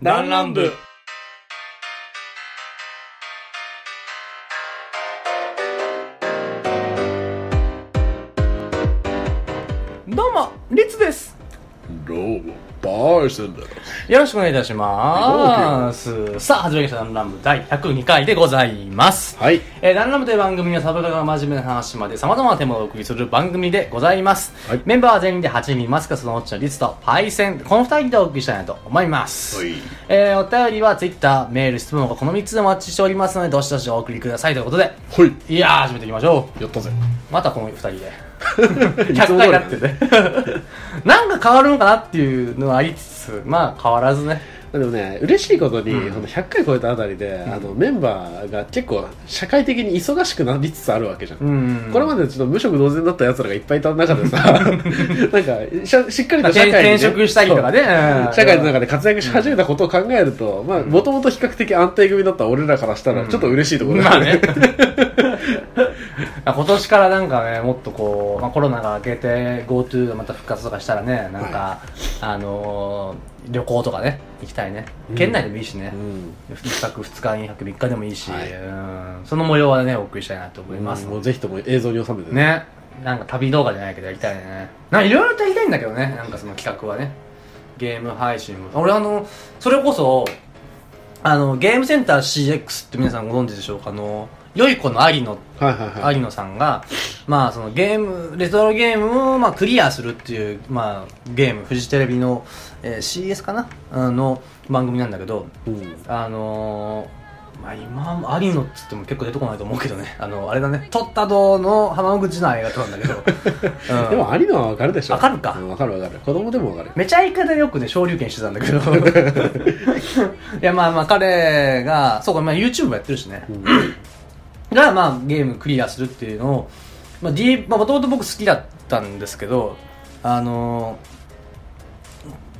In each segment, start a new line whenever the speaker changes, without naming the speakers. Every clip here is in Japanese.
ランラン部
どうもリツです
どうも、バーセンだ。
よろしくお願いいたします。さあ、始まりました、ランラン部第102回でございます。
はい。
えー、ランラムという番組はサブカルから真面目な話まで様々なテーマをお送りする番組でございます。
はい
メンバーは全員で8人、マスカスのオッチのリツとパイセン、この2人でお送りしたいなと思います。
はい
えー、お便りは Twitter、メール、質問箱この3つでお待ちしておりますので、どしどしお送りくださいということで、
ほい。
いやー、始めていきましょう。
やったぜ。
またこの2人 で。
いつ
100
も
回
通り
や
だ
って
ね
て。 なんか変わるのかなっていうのはありつつ、まあ変わらずね。
でもね、嬉しいことに、この100回超えたあたりで、あの、メンバーが結構、社会的に忙しくなりつつあるわけじゃん。
ん
これまでちょっと無職同然だった奴らがいっぱいいた 中でさ、なんか、しゃしっかりと社会に、ね。
転職したりとかね
そう
うん
社会の中で活躍し始めたことを考えると、まあ、もともと比較的安定組だった俺らからしたら、ちょっと嬉しいところだ
まあ
よ
ね。今年からなんかね、もっとこう、まあ、コロナが明けて GoTo がまた復活とかしたらね、なんか、あのー旅行とかね、行きたいね。県内でもいいしね。
うん
一泊二日、二泊三日でもいいし、
はい
うんその模様はね、お送りしたいなと思います。
もうぜひとも映像に収めてね。
ね。なんか旅動画じゃないけどやりたいね。なんかいろいろやりたいんだけどね、なんかその企画はね。ゲーム配信も。俺あの、それこそ、あの、ゲームセンター CX って皆さんご存知でしょうかあの、良い子の有野、
はいはいはい。
有野さんが、まあそのゲーム、レトロゲームをまあクリアするっていう、まあゲーム、フジテレビの、えー CS かなあの番組なんだけど、
うん
あのー、まあ今も、有野っつっても結構出てこないと思うけどね。あの、あれだね、撮った道の浜口の映画なんだけど。 うん
でもありのはわかるでしょ
わかるか
うんわかるわかる子供でもわかる
めちゃイカでよくね、昇竜拳してたんだけど。 いや、まあまあ、彼が、そうか、まあ YouTube もやってるしね。が、まあ、ゲームクリアするっていうのを、まあ、D、まあ、もともと僕好きだったんですけど、あのー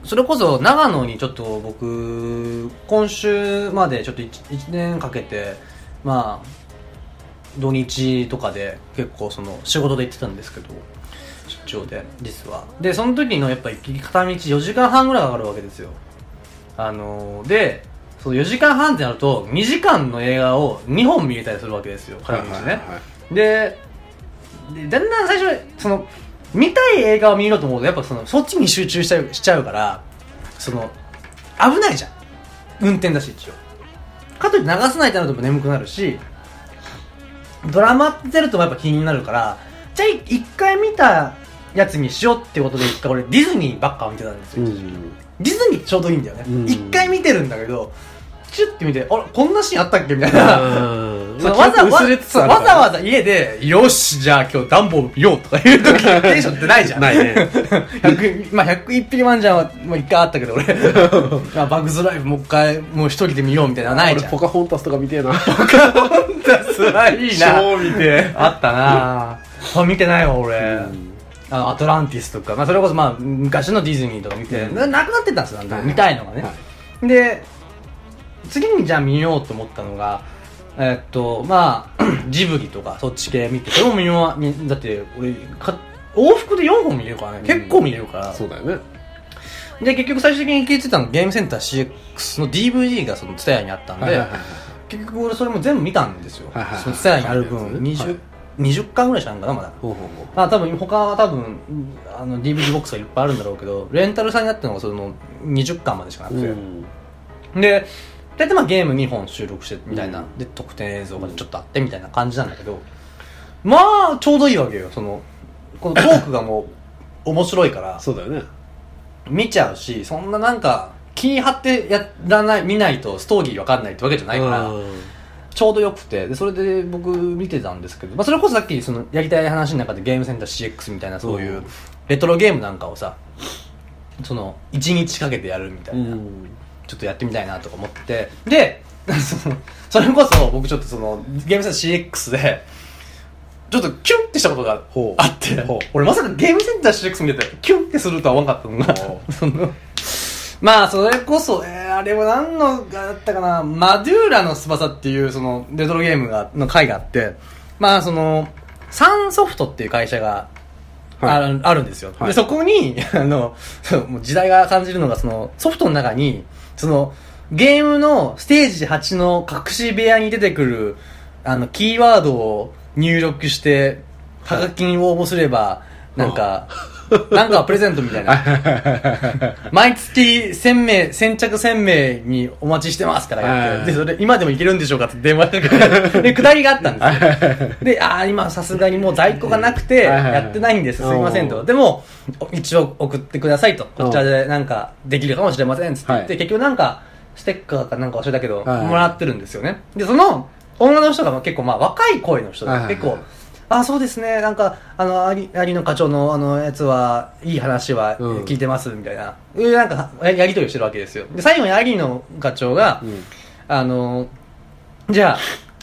それこそ長野にちょっと僕、今週までちょっと 1, 年かけて、まあ、土日とかで結構その仕事で行ってたんですけど、出張で、実は。で、その時のやっぱ行き片道4時間半ぐらいかかるわけですよ。あのーで、その4時間半ってなると、2時間の映画を2本見れたりするわけですよ、片道ね。で、でだんだん最初、その、見たい映画を見ようと思うと、やっぱその、そっちに集中しちゃうしちゃうから、その、危ないじゃん。運転だし、一応。かといって流さないとなるとやっぱ眠くなるし、ドラマって出るとやっぱ気になるから、じゃあ一回見たやつにしようってことで一回俺ディズニーばっか見てたんです
う
よ。
ん
ディズニーちょうどいいんだよね
う。ん
一、回見てるんだけど、チュッて見て、あれこんなシーンあったっけみたいな。
うん
その
まあ
わざわ
薄れつつ
ざ
あるか
わ
ら
ざわざ家で、よし、じゃあ今日暖房見ようとかいう時にテンションってないじゃん。
ないね
100まあ、101匹マンジャンは、もう一回あったけど俺。まあ、バグズライブもう一回、もう一人で見ようみたいなのはないじ
俺
ゃん。
ポカホンタスとか見てえな
すらいいな。
超見て
あったなあ見てないわ俺。
ん
あのアトランティスとか、まあ、それこそまあ昔のディズニーとか見て、
うん
ななくなってたんですよ、なんか
はい
見たいのがね、
は
で次にじゃあ見ようと思ったのがえっとまあ ジブリとかそっち系見てそれも見ようみだって俺か往復で4本見れるからね結構見れるから、
そうだよね
で結局最終的に聞いてたのゲームセンター CX の DVD がその TSUTAYA にあったんで、
はいはいはい
結局俺それも全部見たんですよ、
はいはいはい
その TSUTAYA にある分
はい
20,、
はい
20巻ぐらいしかないんかなまだ
ほうほうほう
まあ多分他は多分あの DVD ボックスがいっぱいあるんだろうけどレンタルさんになったのがその20巻までしかなくて、
うん
で大体まあゲーム2本収録してみたいな、
うん
で特典映像がちょっとあってみたいな感じなんだけどまあちょうどいいわけよそのこのトークがもう面白いから
そうだよね
見ちゃうしそんななんか気張ってやらない見ないとストーリーわかんないってわけじゃないから、
うん
ちょうどよくてでそれで僕見てたんですけど、まあ、それこそさっきそのやりたい話の中でゲームセンター CX みたいなそういううんレトロゲームなんかをさその1日かけてやるみたいな、
うん
ちょっとやってみたいなとか思ってで そのそれこそ僕ちょっとそのゲームセンター CX でちょっとキュンってしたことが
ほう
あって
ほう
俺まさかゲームセンター CX 見ててキュンってするとは思わなかったの
ほ
がその まあそれこそ、えーあれは何のがあったかなマドゥーラの翼っていうそのレトロゲームがの回があってまあそのサンソフトっていう会社があ
はい
るあるんですよ。
は
で、
い
そこに、あの、そうもう時代が感じるのが、その、ソフトの中に、その、ゲームのステージ8の隠し部屋に出てくる、あの、キーワードを入力して、ハガキに応募すれば、なん か、なんかプレゼントみたいな。毎月1000名、先着1000名にお待ちしてますからやって、で、それ、今でもいけるんでしょうかって電話かけて、で、下りがあったんですよ。 で、ああ、今さすがにもう在庫がなくて、
はいはいはい
やってないんです、すいません
お
と。
ー
でも、お一応送ってくださいと。こちらでなんかできるかもしれません、つって言って、
はい
結局なんか、ステッカーかなんか忘れたけど、
はいはい
もらってるんですよね。で、その、女の人がまあ結構まあ若い声の人で、
はいはいはい
結構、あそうですね、なんか、あの、有有野課長のあのやつは、いい話は
うん
聞いてます、みたいな、いうなんかややりとりをしてるわけですよ。で、最後に有野課長が、
うん
あの、じゃあ、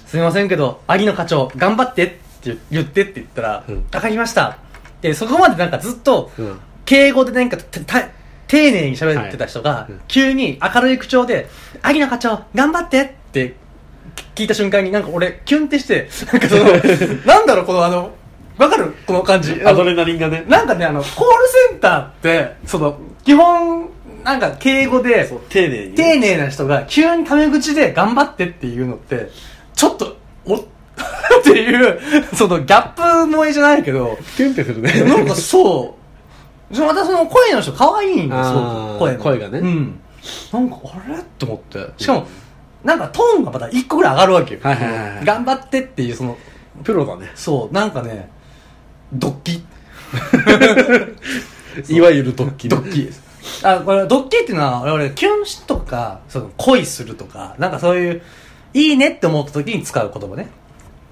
すみませんけど、アギの課長、頑張ってって言ってって言ったら、わ、
うん
かりました。で、そこまでなんかずっと、
うん
敬語でなんかたた丁寧に喋ってた人が、
いうん
急に明るい口調で、アギの課長、頑張ってって聞いた瞬間になんか俺、キュンってして、なんかその、 なんだろう、このあの、わかるこの感じ。
アドレナリンがね
なんかね、あの、コールセンターって、その、基本、なんか敬語で、
そう丁寧に
丁寧な人が急にタメ口で頑張ってっていうのって、ちょっ と、おっていう、そのギャップ萌えじゃないけ ど、
キュンってするね
なんかそう、そのまたその声の人可愛いんです
あ
よ
ー、
声の
声がね
うん。なんかあれと思って。しかも、なんかトーンがまた一個ぐらい上がるわけよ。
はいはいはいはい
頑張ってっていう、その、
プロだね
そう、なんかね、ドッキ
いわゆるドッキリ
ドッキリです。あ、これ、ドッキリっていうのは、我々、キュンしとか、その、恋するとか、なんかそういう、いいねって思った時に使う言葉ね。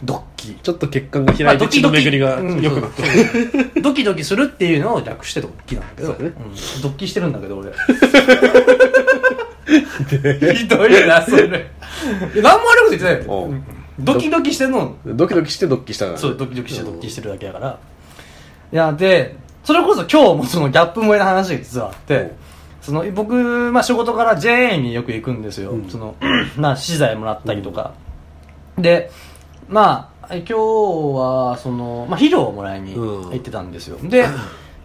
ドッキリ。
ちょっと血管が開い
ま
て
あドキ
血
ド
の
キ
巡りが良くなってる
ドキドキするっていうのを略してドッキリなんだけど、
そうだね
うんドッキリしてるんだけど、俺。 ひどいな、それ。いや、何も悪いこと言ってないよ。
うん
ドキドキしてるの、
ドキドキしてドッキリしたからね
そう、ドキドキしてドッキリしてるだけだから。いや、で、それこそ今日もそのギャップ萌えの話が実はあっ
う
て
ん、
その僕、まあ、仕事から JA によく行くんですよ。
うん
その、 まあ、資材もらったりとか。で、まあ、今日は、その、まあ、肥料をもらいに
うん
行ってたんですよ。 で、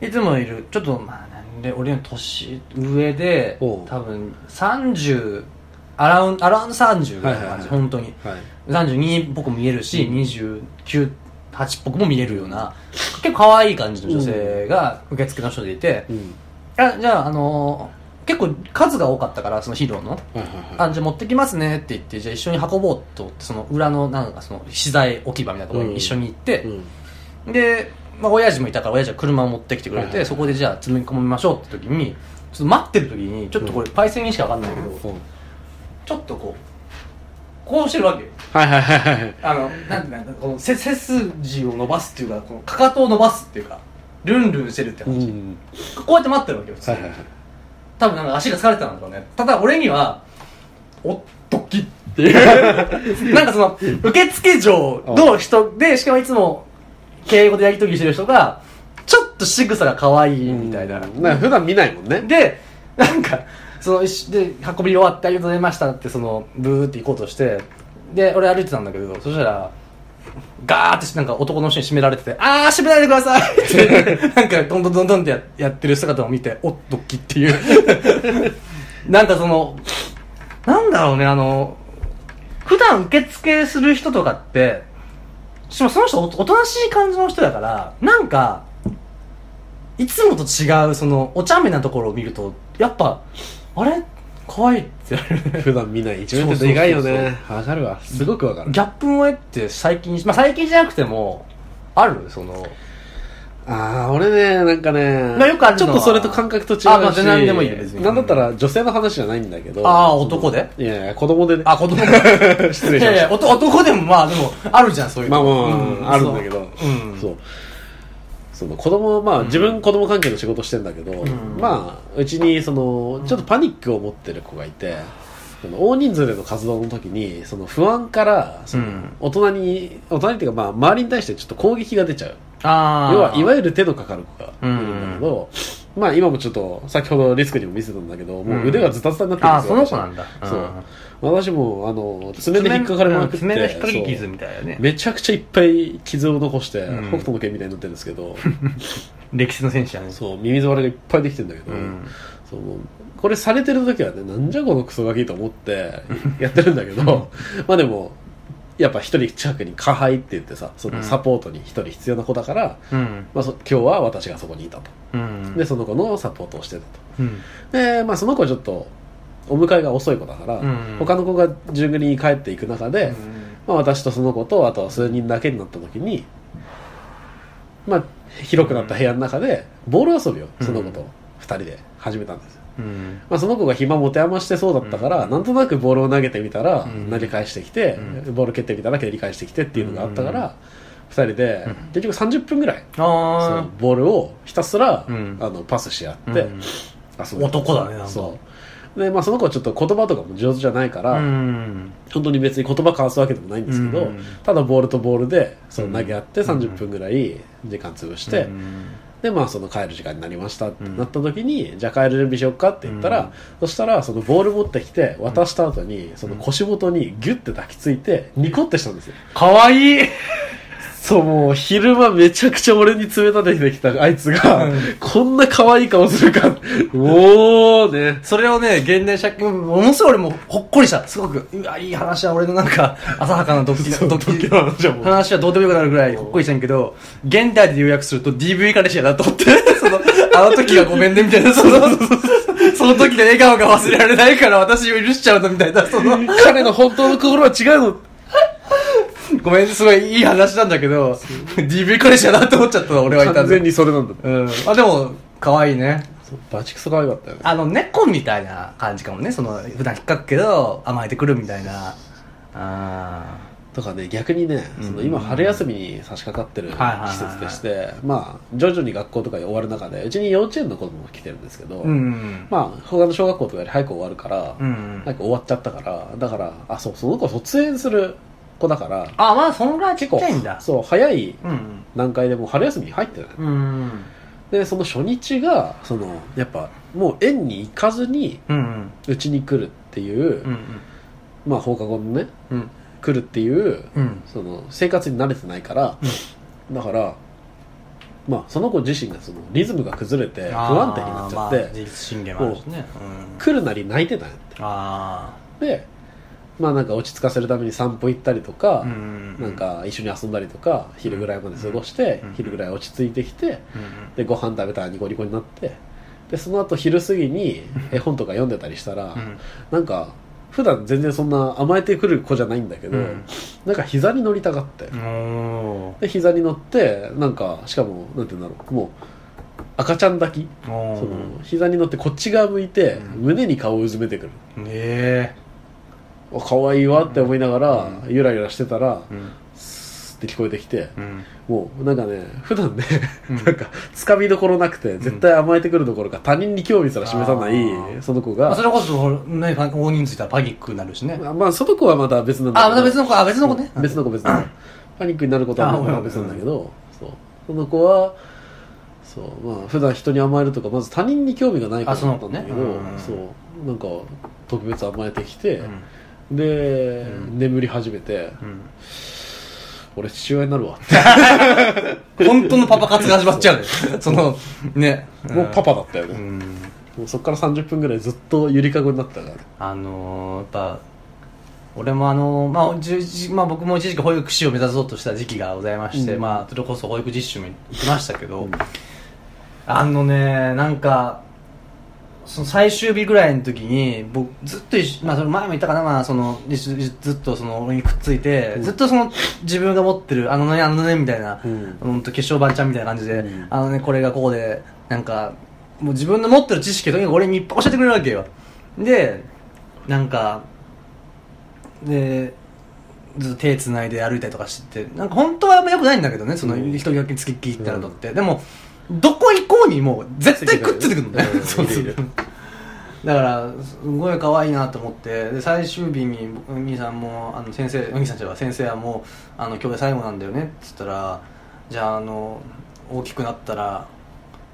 いつもいる、ちょっと、まあ、なんで、俺の年上で、
お
多
う
分30、アラウン、アラウン30ぐらいの
は
感
いはいは
じ、
い
本当に。
はい
32っぽくも見えるし、29、8っぽくも見えるような、結構可愛い感じの女性が受付の人でいて、
うん
あじゃあ、あのー結構数が多かったから、その肥料の。
はいはいはい
あ、じゃあ持ってきますねって言って、じゃあ一緒に運ぼうと思って、その裏のなんかその資材置き場みたいなところに一緒に行って、
うん
で、まあ、親父もいたから親父は車を持ってきてくれ
は
て、
いはい
そこでじゃあ積み込みましょうって時に、ちょっと待ってる時に、ちょっとこれパイセンにしかわかんないけど、
うん
ちょっとこう、こうしてるわけよ。
はいはいはいはい
あの、なんてなんか、この背背筋を伸ばすっていうか、このかかとを伸ばすっていうか、ルンルンしてるって
う
感じ。
ん
こうやって待ってるわけよ、普通
はいはいはい
多分なんか足が疲れてたんだろうね。ただ俺には、おっときっていう。 なんかその、受付嬢の人で、しかもいつも、敬語でやりとりしてる人が、ちょっと仕草が可愛いみたいな。
うんなんか普段見ないもんね
で、なんか、その、一緒で、運び終わってありがとうございましたって、その、ブーって行こうとして、で、俺歩いてたんだけど、そしたら、ガーってなんか男の人に締められてて、あー、締めないでください って、なんか、どんどんどんどんってややってる姿を見て、おっとっきっていう。 なんかその、なんだろうね、あの、普段受付する人とかって、しかもその人おおとなしい感じの人だから、なんか、いつもと違う、その、お茶目なところを見ると、やっぱ、あれ可愛いって言われる。
普段見ない一面ってでかいよ
そうそう
ねわかるわすごくわかる
ギャップ萌えって最近、まあ最近じゃなくても、あるその、
ああ俺ねなんかね
まあよくある
ち
の
ょ
は
っとそれと感覚と違うし
あまあ全然でもいいよ別に
なんだったら女性の話じゃないんだけど
あー男で
いやいや子供でね
あ、子供。い
失礼しま
やい
し
や、
た
おと男でもまあでも、あるじゃん、そういう
まあ
の。
まあまあ、
う
あるんだけど
そううん
そうその子供はまあ、自分子供関係の仕事してんだけど、
ん
まあうちにそのちょっとパニックを持ってる子がいて、その大人数での活動の時にその不安からその
うん
大人に大人にっていうかまあ周りに対してちょっと攻撃が出ちゃう
ああ。
要はいわ
ゆる、
ゆる手のかかる子がいるんだけど、まあ今もちょっと先ほどリスクにも見せたんだけどもう腕がズタズタになってる
あ
ん
あ、
です
そ
よ、
の
私
子なんだ。うん
そう私もあの爪で引っかかれまくって
爪の引っ掛け傷
そう
みたいなね。
めちゃくちゃいっぱい傷を残して、
うん
北斗の拳みたいになってるんですけど
歴史の戦士やね。
そう耳障りがいっぱいできてるんだけど、
うん
そうもうこれされてる時はねなんじゃこのクソガキと思ってやってるんだけ どまあでもやっぱ一人近くに加配って言ってさそのサポートに一人必要な子だから、
うん
まあ、そ今日は私がそこにいたと
うん
でその子のサポートをしてたと
うん
で、まあ、その子はちょっとお迎えが遅い子だか
う
ら、
ん
他の子が順繰りに帰っていく中
う
で、
ん
まあ、私とその子とあとは数人だけになった時に、まあ、広くなった部屋の中でボール遊びをその子と2人で始めたんですよ、
うん
まあ、その子が暇持て余してそうだったから、
うん
なんとなくボールを投げてみたら、
うん
投げ返してきて、
う
ボール蹴ってみたら蹴り返してきてっていうのがあったから、
うん
2人で
うん
結局30分ぐらい、その
あ
ボールをひたすら、
うん
あのパスし合
あ
って、
うん
遊
男だねなんか
そうで、まあ、その子はちょっと言葉とかも上手じゃないから、
うん
本当に別に言葉交わすわけでもないんですけ
う
ど、
ん
ただボールとボールでその投げ合って
うん
30分ぐらい時間潰して、
うん
でまあその帰る時間になりましたってなった時に、じゃあ帰る準備しよっかって言ったら、そしたらそのボール持ってきて渡した後にその腰元にギュッて抱きついてニコってしたんですよ、
かわいい
そうもう昼間めちゃくちゃ俺に冷たててきたあいつが、こんな可愛い顔するかおおね
それをね、現代社会、ものすごい俺もほっこりした。すごく、うわ、いい話は俺のなんか、浅はかなドッキリ、ドッキリ
の話はもう
話はどうでもよくなるぐらいほっこりしたんやけど、現代で要約すると DV 彼氏やなと思って、 その、あの時はごめんねみたいな、その、その時の笑顔が忘れられないから私を許しちゃうのみたいな、その、
彼の本当の心は 違うの
ごめん、すごいいい話なんだけど、DV 彼氏やなと思っちゃったの、俺はいた
完
ん
全
で。
にそれなんだ
うん。あ、でも、可愛いね。
バチクソ可愛かったよね
あの、猫みたいな感じかもね。その、普段引っかくけど、甘えてくるみたいな。あ
とかね逆にね、
うん
その今春休みに差し掛かってる
はいはいはいはい
季節でして、まあ徐々に学校とか終わる中でうちに幼稚園の子供も来てるんですけど、
ーうん。
まあ他の小学校とかより早く終わるから、
うん
な。んか終わっちゃったからだからあそうその子卒園する子だから
あ、まあ、そんぐらいちっ
結
ち
構
ゃいんだ。
そう早い
うん。
段階でもう春休みに入ってる
うん。
でその初日がそのやっぱもう園に行かずに
うん。
うちに来るっていう、
うん。
まあ放課後のね
うん。
来るっていう
うん。
その生活に慣れてないから、だから、まあ、その子自身がそのリズムが崩れて不安定になっちゃって、
まあ、自律神経もあるしね。うん。
来るなり泣いてたんやって
あ
で、まあ、なんか落ち着かせるために散歩行ったりとか、
あ。うん。
なん、か一緒に遊んだりとか昼ぐらいまで過ごして、
うん
昼ぐらい落ち着いてきて
うん。
でご飯食べたらニコニコになってでその後昼過ぎに絵本とか読んでたりしたら、
うん。
なんか普段全然そんな甘えてくる子じゃないんだけど、
うん
なんか膝に乗りたがって。
うん。お
で膝に乗ってなんかしかもなんて言うんだろうもう赤ちゃん抱き
ー。
そ
お
の膝に乗ってこっち側向いて
うん
胸に顔をうずめてくる
ー。ねえ。
あ可愛いわって思いながらゆらゆらしてたら
うん。
スって聞こえてきて
うん。
もうなんかね普段ね
うん
なんかつかみどころなくて絶対甘えてくるどころか他人に興味すら示さな
あー
いその子
まあ、そ
が
れこそ、ね、大人数いたらパニックになるしね。
まあその子はまた別なんだ
あ、また別の子、あ、別の子ね。
別の子別の子パニックになることは
あごめん
まあ別なんだけどそうその子はそうまあ普段人に甘えるとかまず他人に興味がないか
あ
ら
その子ね
だけど
うん
そうなんか特別甘えてきて
う、ん。
で、
うん
眠り始めて
うん。
俺父親になるわって、
本当のパパ活が始まっちゃうね。その、ね。
もうパパだったよね
う、ん。
もうそっから30分ぐらいずっとゆりかごになってたから
あのー、やっぱ、俺もあのー、まあじゅじ、まあ僕も一時期保育士を目指そうとした時期がございまして、
うん
まあ、それこそ保育実習も行きましたけど、
うん
あのね、なんか、その最終日ぐらいの時に僕ずっと一緒、まあ、その前も言ったかな、まあ、そのずずっとその俺にくっついて、
うん
ずっとその自分が持ってるあのねあのねみたいな、
うん
ほんと化粧板ちゃんみたいな感じで、
うん
あのねこれがここでなんかもう自分の持ってる知識をとにかく俺にいっぱい教えてくれるわけよでなんかでずっと手つないで歩いたりとかしててなんか本当はよくないんだけどねその
うん
一人だけつきっきりってなるのって、でもどこ行こうにもう絶対くっついてくるのね、
う ん
そうそう
いるいる
だからすごい可愛いなと思ってで最終日にお兄さんもあの先生お兄さんじゃない先生はもうあの今日で最後なんだよねっつったらじゃああの大きくなったら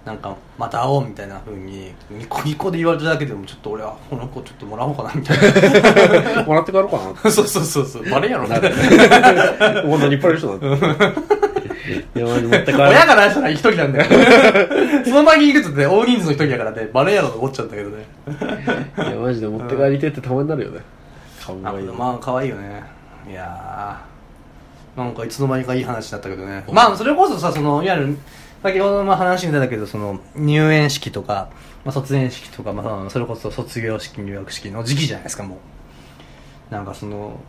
なんかまた会おうみたいな風にニコニコで言われただけでもちょっと俺はこの子ちょっともらおうかなみた い
もらって帰 ろうかなって
なそうそうそうそうバレんやろみた
ない
な
るもう何いっぱいいる人だって 山に持って帰る。
親からしたら一人なんだよ。 その前にいるとね、大人数の一人だからね、バレやろうと思っちゃったけどね。
いや、マジで持って帰りてえってたまになるよね。か
あ、
わいいな。
まあ、可愛いよね。いやー。なんかいつの間にかいい話だったけどね。まあ、それこそさ、その、いわゆる、先ほどの話に出たけど、その、入園式とか、まあ、卒園式とか、まあ、それこそ卒業式、入学式の時期じゃないですか、もう。なんかその、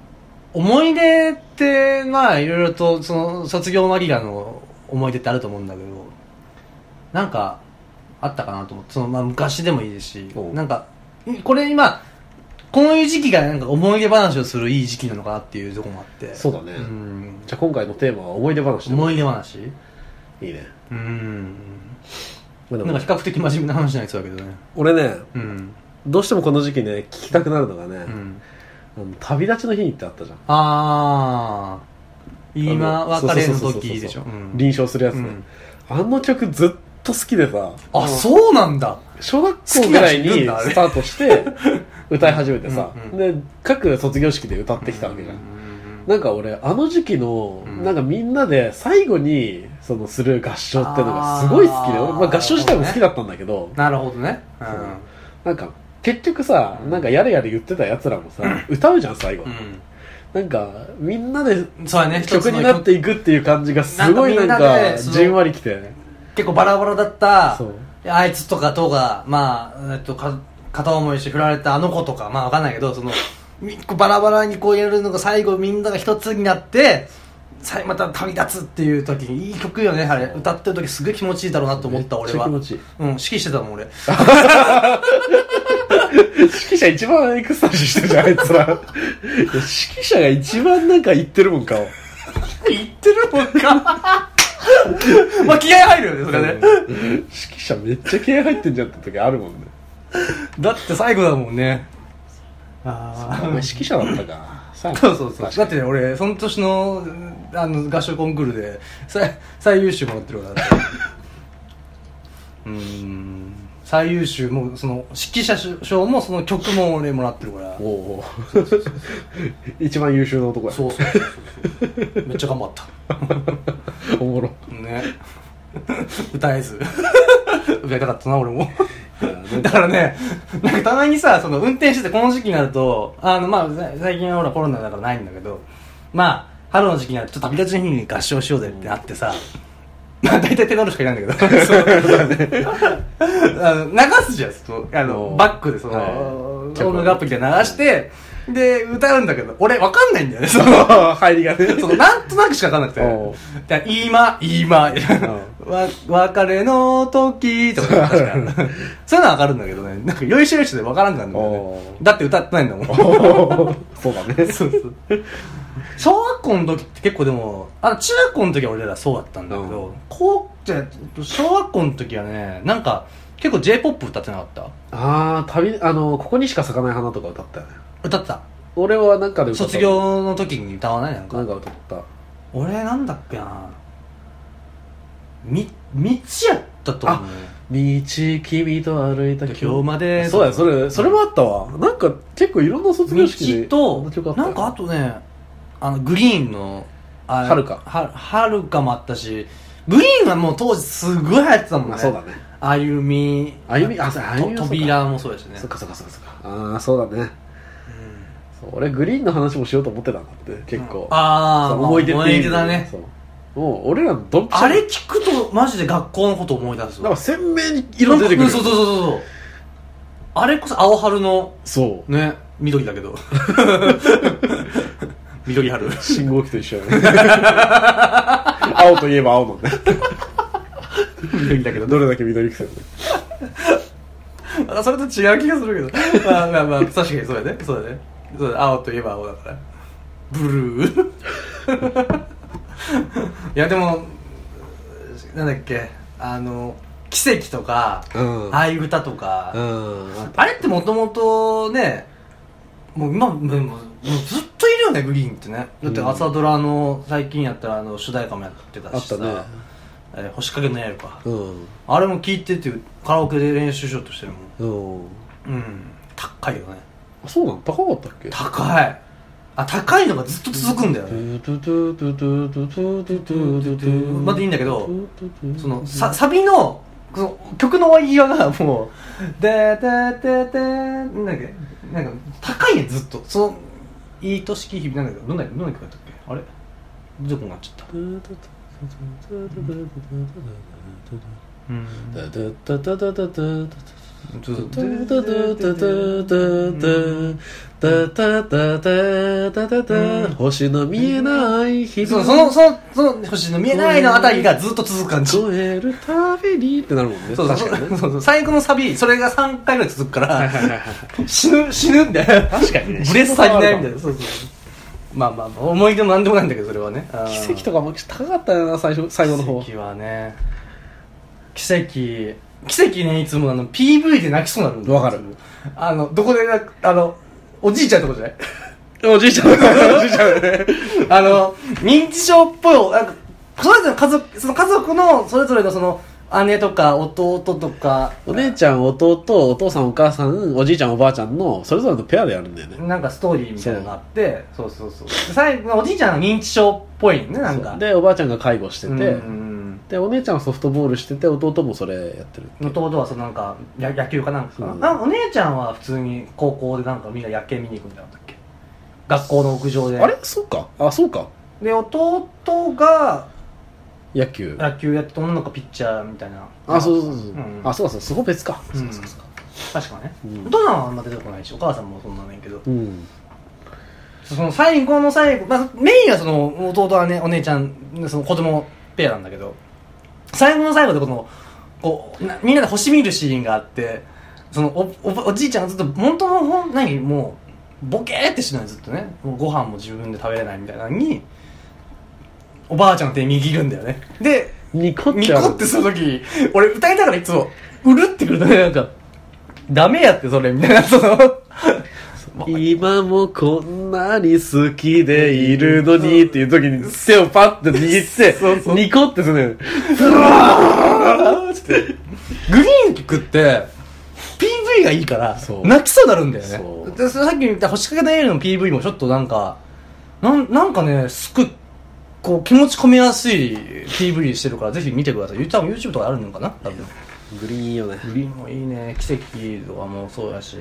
思い出って、まあ、いろいろと、その、卒業間際の思い出ってあると思うんだけど、なんか、あったかなと思って、その、まあ、昔でもいいですし
お、う
なんか、これ今、こういう時期がなんか思い出話をするいい時期なのかなっていうとこもあって。
そうだね
ん
じゃあ今回のテーマは思い出話でも
思い出話
いいね。
うん。
まあで
なんか
も
比較的真面目な話になりそうだけどね。
俺ね、
うん。
どうしてもこの時期ね、聞きたくなるのがね、
うん。
あの旅立ちの日にってあったじゃん。
あー。今、
あ
別
の
れの
そうそうそうそう
時でしょ。うん
臨床するやつね、
うん
あの曲ずっと好きでさ、
あ、そうなんだ。
小学校ぐらいに
好きな人いるんだあれ
スタート して、歌い始めてさ、
うん
で、各卒業式で歌ってきたわけじゃん。なんか俺、あの時期の、
うん
なんかみんなで最後に、そのする合唱っていうのがすごい好きで、
あー
俺まあ合唱自体も好きだったんだけど、
なるほどね。う。
そうんなんか、結局さ、なんかやれやれ言ってた奴らもさ、歌うじゃん、最後。なんか、みんなで
うん。そうやね。
曲になっていくっていう感じがすごいな
なんんかみんな
か、
でその
じんわりきて。
結構バラバラだった
そう
あいつとかとかまあ、えっと、か片思いして振られたあの子とかまあわかんないけどそのみこうバラバラにこうやるのが最後みんなが一つになってさまた旅立つっていう時にいい曲よねあれ歌ってる時すごい気持ちいいだろうなと思った俺は
めっちゃ気持ちいい
うん指揮してたもん俺
指揮者一番エクスタシーしてるじゃん、あい つら。いや指揮者が一番なんか言ってるもんかを。
言ってるもんか まあ気合入るよねそれね、
指揮者めっちゃ気合入ってんじゃんって時あるもんね。
だって最後だもんねあ
お前指揮者だったか。そう
そうそうそう。だってね、俺、その年の、あの、合唱コンクールで、最、最優秀もらってる から。だってうーん。最優秀も、その、指揮者賞も、その曲も俺もらってるから。
おお。 一番優秀な男や。
そうそうそう そう。めっちゃ頑張った。
おもろ。
ね。歌 えず。歌いたかったな、俺も。
いやな ん
だ
か
からね、なんかたまにさ、その運転しててこの時期になると、あの、まあ、さ最近はほらコロナだからないんだけど、まあ、春の時期になるとちょっと旅立ちの日に合唱しようぜってなってさ、まあ大体テノールしかいないんだけ ど、そうあの流すじゃん、そのあ
お
の
ー
バックでその、
はい
オールガップみたいなの流して、で、歌うんだけど、俺わかんないんだよね、そ の、
入りが ね。
そのなんとなくしかわかんなくて
おう。
だから今、今、わ別れの時とか、確 かそういうのはわかるんだけどね。なんか、よいしょよいしょでわからんくなるんだよね
お。
だって歌ってないんだもん。
そうだね。
そうそう。小学校の時って結構でも、あの、中学校の時は俺らそうだったんだけ
うん
ど、高じゃ小学校の時はね、なんか、結構 J-POP 歌ってなかった
ああ、旅、あの、ここにしか咲かない花とか歌ったよね。
歌ってた。
俺はなんかで歌った。
卒業の時に歌わないなんか
な。んか歌った。
俺なんだっけなみ道やったと思うね
道君と歩いた
今日まで
そうやそれそれもあったわなんか結構いろんな卒業式で
道
曲
と
あったよ
なんかあとねあのグリーンのあれ
はるか
ははるかもあったしグリーンはもう当時すごい流行ってたもん
ま
ね
あそうだね
歩み
歩みあそう歩み
と
はそうか
扉もそうだしね
そっかそっかそっかそっかああそうだねそう俺グリーンの話もしようと思ってたんだって結構、
あ
そ
あ
う思い出っていう
思い出だね
そうもう俺らのドンピシャ
あれ聞くとマジで学校のこと思い出す
なん
わ
か鮮明に色出てくる
そうそうそうそうそうあれこそ青春の
そう
ね緑だけ ど緑春
信号機と一 緒やね青といえば青のね
緑だけ
どれだけ緑くせるね
どそれと違う気がするけどまあまあまあ確かにそうだねそうだねそうだ青といえば青だからブルーいやでもなんだっけあの奇跡とか、
うん
ああいう歌とか、
うんあった
あれってもともとねもう今もうもうずっといるよねグリーンってねだって朝ドラの最近やったらあの主題歌もやってた
あ
しさ
ったね
えー星影の夜か
うん
あれも聞いてってカラオケで練習しようとしてるもん
うん
うん高いよね
あそうなの高かったっけ
高いあ高いのがずっと続くんだよね、
ま
まだいいんだけどそのササビのその曲の終わり際がもう「でででで」なんだっけなんか高いねずっとその「いい年き日々」なんだけどどんなどんな曲だったっけあれどこになっちゃったうんちょっと
星の見えない日
そ
々
のそのそのその星の見えないのあたりがずっと続く感じ
超えるたびにってなるもんね
そう
確
そう
かに ね
そうそう最後のサビそれが3回ぐらい続くから
はいはいはい
死ぬ死ぬんだよ確かに
ね
ブレス足りないみたいなそうそうまあまあまあ思い出もなんでもないんだけどそれはね
奇跡とかも高かったよな最初最後の方
奇跡はね奇跡奇跡ねいつもあの PV で泣きそうになるんだよ
わかる
いつもあのどこで泣くあのおじいちゃんとかじゃない
おじいちゃんおじいちゃんね
あの認知症っぽいなんかそれぞれの家族その家族のそれぞれのその姉とか弟とか
お姉ちゃん弟お父さんお母さんおじいちゃんおばあちゃんのそれぞれのペアでやるんだよね
なんかストーリーみたいなのがあってそうそうそうで最後おじいちゃんは認知症っぽいねなんか
そうでおばあちゃんが介護して
うん
て
うん
でお姉ちゃんはソフトボールしてて弟もそれやってるっけ
弟はそのなんかや野球かなんかかな,、
うん
なんかお姉ちゃんは普通に高校でなんかみんな野球見に行くんじゃなかったっけ学校の屋上で
あれそうかあそうか
で弟が
野球
野球やって女の子ピッチャーみたいな
あそうそうそうそう
うん
あそうだそうだそこ別か
うん
そうかそうかそうか
確かね、
うん
お父さんはあんま出てこないしお母さんもそんなないけど
うん
その最後の最後、まあ、メインはその弟はねお姉ちゃんその子供ペアなんだけど最後の最後でこのこうなみんなで星見るシーンがあってそのおおおじいちゃんがずっと本当のほん何もうボケーってしないずっとねもうご飯も自分で食べれないみたいなのにおばあちゃんの手握るんだよねで
ニコって
ニ
やる
コってするとき俺歌いながらいつもうるってくるとねなんかダメやってそれみたいなその
今もこんなに好きでいるのにっていう時に手をパッて
そう
握っ
そう
てニコってするのよ
グリーン曲って PV がいいから
そう
泣きそうになるんだよ
そう
ねでそれさっき言った星かけのエールの PV もちょっとなんかなんなんかねすくこう気持ち込めやすい PV してるからぜひ見てください多分 YouTube とかあるのかな多分
グリーンよね
グリーンもいいね奇跡とかもそうやし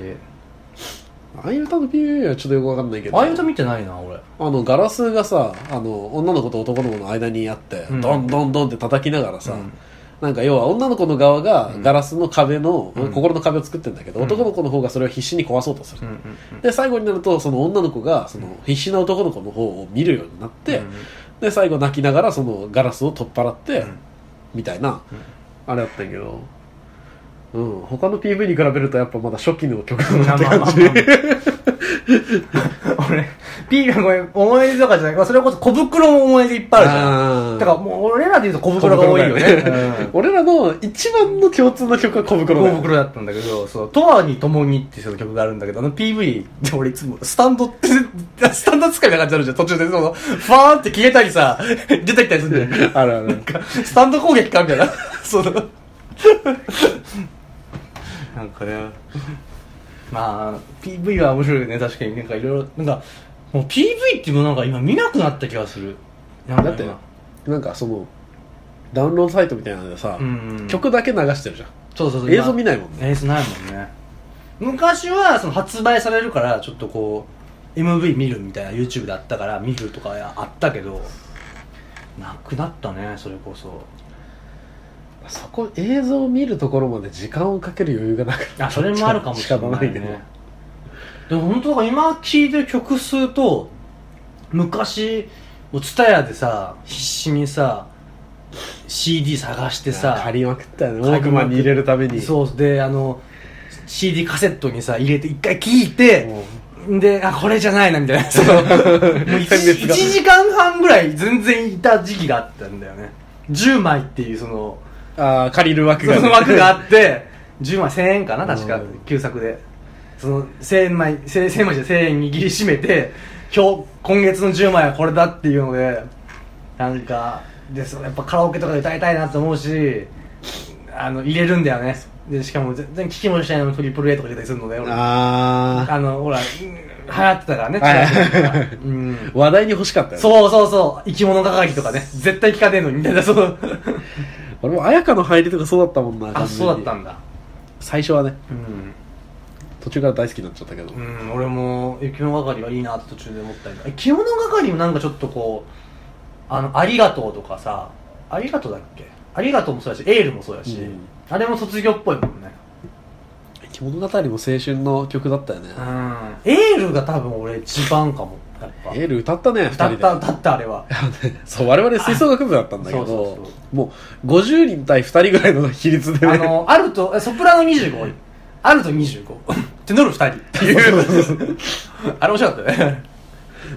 ああいう歌の PV はちょっとよくわかんないけど
ああいう歌見てないな俺
あのガラスがさあの女の子と男の子の間にあって、
うん
どんどんどんって叩きながらさ、
うん
なんか要は女の子の側がガラスの壁の、
うん
心の壁を作ってるんだけど、
うん
男の子の方がそれを必死に壊そうとする、
うんうん
で最後になるとその女の子がその必死な男の子の方を見るようになって、
うん
で最後泣きながらそのガラスを取っ払って、
うん
みたいな、あれだったけど、うん、他の PV に比べるとやっぱまだ初期の曲だなって感じ、
俺 P がごめん思い出とかじゃないまあそれこそ小袋も思い出いっぱいあるじゃん
あー
だからもう俺らで言うと小袋が多いよね。うん
俺らの一番の共通の曲は小袋だ
小
よ
袋だったんだけど、そう、とわにともにっていう曲があるんだけど、あの PV で俺いつもスタンドって、 スタンド使いな感じになるじゃん。途中でその、ファーンって消えたりさ、 出てきたりするんだよね。
あるある
スタンド攻撃かみたいな。 その、なんかね、まあ、PV は面白いよね、確かに。なんかいろいろ、なんか、もう PV っていうものが今見なくなった気がする。なん
だっ
ろ
て
うな
なんかそのダウンロードサイトみたいなのでさ、
うん
曲だけ流してるじゃん
そうそうそう
映像見ないもんね
映像ないもんね昔はその発売されるからちょっとこう MV 見るみたいな YouTube であったから見るとかあったけどなくなったねそれこそ
そこ映像を見るところまで時間をかける余裕がなく
あそれもあるかもしれ
仕方
な
ないいけど
ねでも本当だから今聴いてる曲数と昔もう TSUTAYA でさ必死にさ CD 探してさ
借りまくったよねウ
借りま
ォ
く
ークマンに入れるために
そうであの CD カセットにさ入れて一回聴いて、
もう
で、あ、これじゃないな、みたい な。その、もう1,
選別が
時間半ぐらい全然いた時期があったんだよね。10枚っていうその、
あー借りる枠
そ
がね、
の枠があ って、10枚1000円かな、確か
うん、
旧作で。その、1000円枚、1000 1000円枚じゃ1000円握りしめて、今日、今月の10枚はこれだっていうので、なんか、で、そのやっぱカラオケとかで歌いたいなと思うし、あの、入れるんだよね。で、しかも全然聞きもしないのにトリプル A とか入れたりするので、俺。
あ
あの、ほら、流行ってたからね、
はい
中学生とかうん。
話題に欲しかったよ、ね、
そうそうそう、生き物係とかね、絶対聞かねえのに、みたいな、その、
俺も綾香の入りとかそうだったもんな
あ、
完
そ
全
う
に
だったんだ。
最初はね
うん。
途中から大好きになっちゃったけど、
うん、俺も生き物係はいいなって途中で思ったりとか生き物係もなんかちょっとこうあの「ありがとう」とかさ「ありがとう」だっけ「ありがとう」もそうだし「エール」もそうだし、
うん
あれも卒業っぽいもんね
生き物語も青春の曲だったよね
う、んエールが多分俺一番かもやっぱ
エール歌ったね二人
歌
で
った歌ったあれは
そう我々吹奏楽部だったんだけど
そうそうそ
もう50人対2人ぐらいの比率でね
あのあるとえソプラノ25あると25テノール2人って いうあれ面白かったね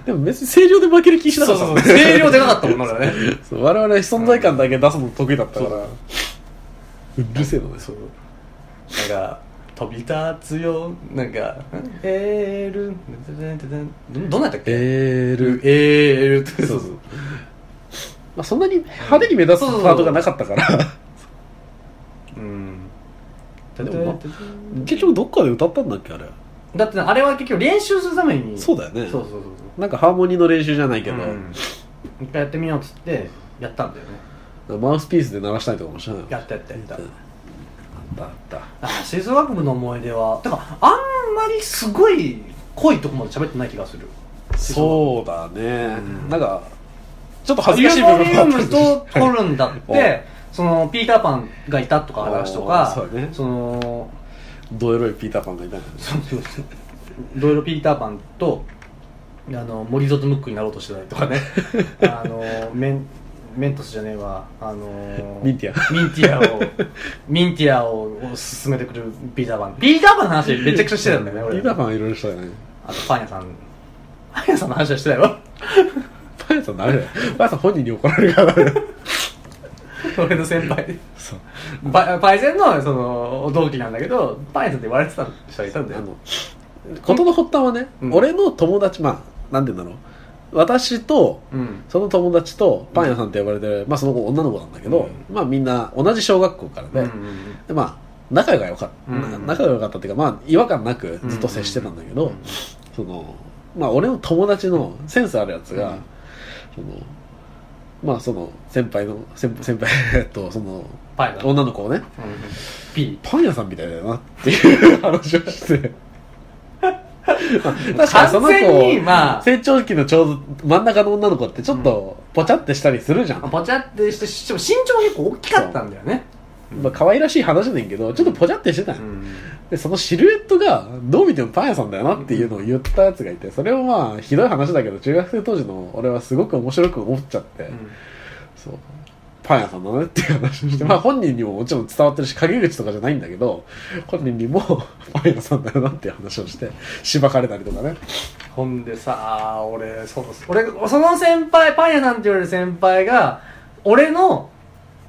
でも別に声量で負ける気しなか
そう
った
そ
も
うんそ
ね
う声量でかかったもんね俺ね
そう我々は存在感だけ出すの得意だったから、うるせえのねそう
なんか飛び立つよなんか「エール」どどんなんやったっけ
エール、
エール」って
そうそうまあ、そんなに派手に目立つ
うん
パートがなかったから、
うん
でもま結局どっかで歌ったんだっけあれ
だってねあれは結局練習するために
そうだよね
そうそうそう
なんかハーモニーの練習じゃないけ
そう
ど、
うん一回やってみようっつってやったんだよね
マウスピースで鳴らしたりとかもしたのよ
やったやったやった
うんあったあっ
あ吹奏楽部の思い出はだからあんまりすごい濃いとこまで喋ってない気がする
たそうだね、
うん
なんかちょっと恥ず
ユ
かしい
ー
部
モ
分
リ
もあ
ウ
ったけ
ム
ど
とコルンだっ
お
てそのピーターパンがいたとか話とか
おそうだね
その
どエロいピーターパンがいたのよ
そうそうそういろいろピーターパンとあの森ゾトムックになろうとしてたりとか ねあのメンメントスじゃねえわあの
ミンティ
アミンティア をミンティアを勧めてくるピーターパンピーターパンの話めちゃくちゃしてたんだよね
ピ
俺
ーターパンはいろいろしたよね
あとパン屋さんパン屋さんの話はしてた よ
パン屋さんダメだよパン屋さん本人に怒られ るからね
俺の先輩
そう
パパイセンのその同期なんだけどパン屋さんって言われてた人がいたんだ
あ
よ
の事の発端はね、
うん
俺の友達まあなんて言うんだろう私と
うん
その友達とパン屋さんって呼ばれてる、まあその子女の子なんだけど、まあみんな同じ小学校から
う
で,、
んうん
でまあ仲が良かった、
うん
仲が良かったっていうかまあ違和感なくずっと接してたんだけど、そのまあ俺の友達のセンスあるやつが、
うん
そのまあその先輩の先先輩 えっとその
パン屋さんうん
女の子をね
ピ
パン屋さんみたいだよなっていう話を して
ー完全にまあ
成長期のちょうど真ん中の女の子ってちょっとぽちゃってしたりするじゃん、
ぽちゃってしてしかも身長が結構大きかったんだよね
まあ可愛らしい話だけどちょっとぽちゃってしてたよ、
うん
でそのシルエットがどう見てもパン屋さんだよなっていうのを言ったやつがいてそれをまあひどい話だけど中学生当時の俺はすごく面白く思っちゃって、そうパン屋さんだねっていう話をして、まあ本人にももちろん伝わってるし陰口とかじゃないんだけど本人 にもパン屋さんだよなっていう話をしてしばかれたりとかね
ほんでさ俺そう俺その先輩パン屋さんって言われる先輩が俺の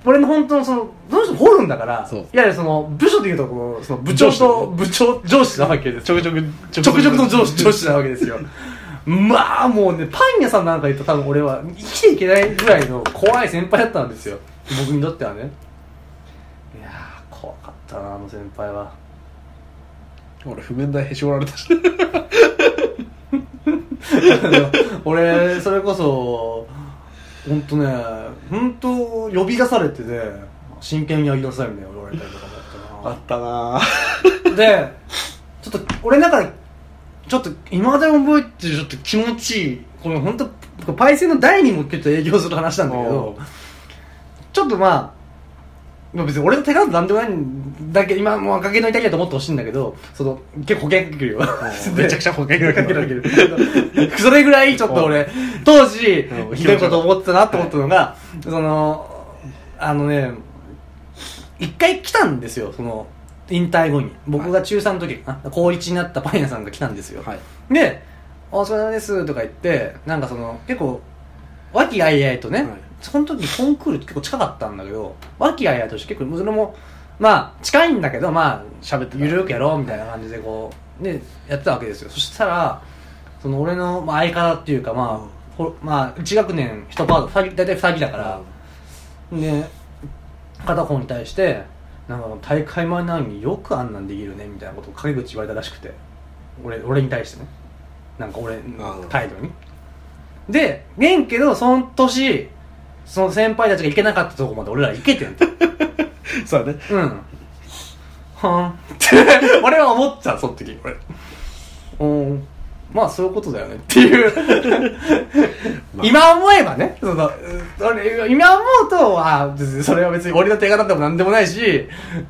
俺の本当のそのその人掘るんだから
そう
いわゆるその部署でいうとこのその部長と部長上司なわけですちょくちょくちょくちょくの上司上司なわけですよまあもうねパン屋さんなんか言うと多分俺は生きていけないぐらいの怖い先輩だったんですよ僕にとってはねいやー怖かったなあの先輩は
俺譜面台へし折られたし
あの俺それこそ本当ね本当呼び出されてて真剣にやりなさいみたいな言われたりとかもあっ
ったな
たなでちょっと俺の中でちょっと今でも覚えてるちょっと気持ちいいこれ本当パイセンの第二も結構営業する話なんだけど
お
ちょっとまあまあ別に俺の手数なんでもないんだけど今もう赤毛のイタリアと思ってほしいんだけどその結構保険かけるよ
めちゃくちゃ保険かけられる
それぐらいちょっと俺、当時
う、ん
ひどいこと思ってたなと思ったのが、その、あのね、一回来たんですよ、その、引退後に。僕が中3の時かな、高1になったパン屋さんが来たんですよ。
はい
で、お疲れ様ですとか言って、なんかその、結構、和気あいあいとね、
はい
その時コンクール結構近かったんだけど、和気あいあいとして結構、それも、まあ、近いんだけど、まあ、
喋ってた
ゆるくやろうみたいな感じでこう、ね、やってたわけですよ。そしたら、その俺のまあ相方っていうか、まあ、ほまあ、1学年1パート、二人大体2人だから、で、片方に対して、なんか大会前なのによくあんなんできるねみたいなことを陰口言われたらしくて、俺俺に対してね。なんか俺の
うん
態度にでねんけどその年その先輩たちが行けなかったとこまで俺ら行けてんて
そうだね
うんはんって俺は思ったその時俺うんまあそういうことだよねっていう
ま あ
今思えばねその俺今思うとあ別にそれは別に俺の手柄でも何でもないし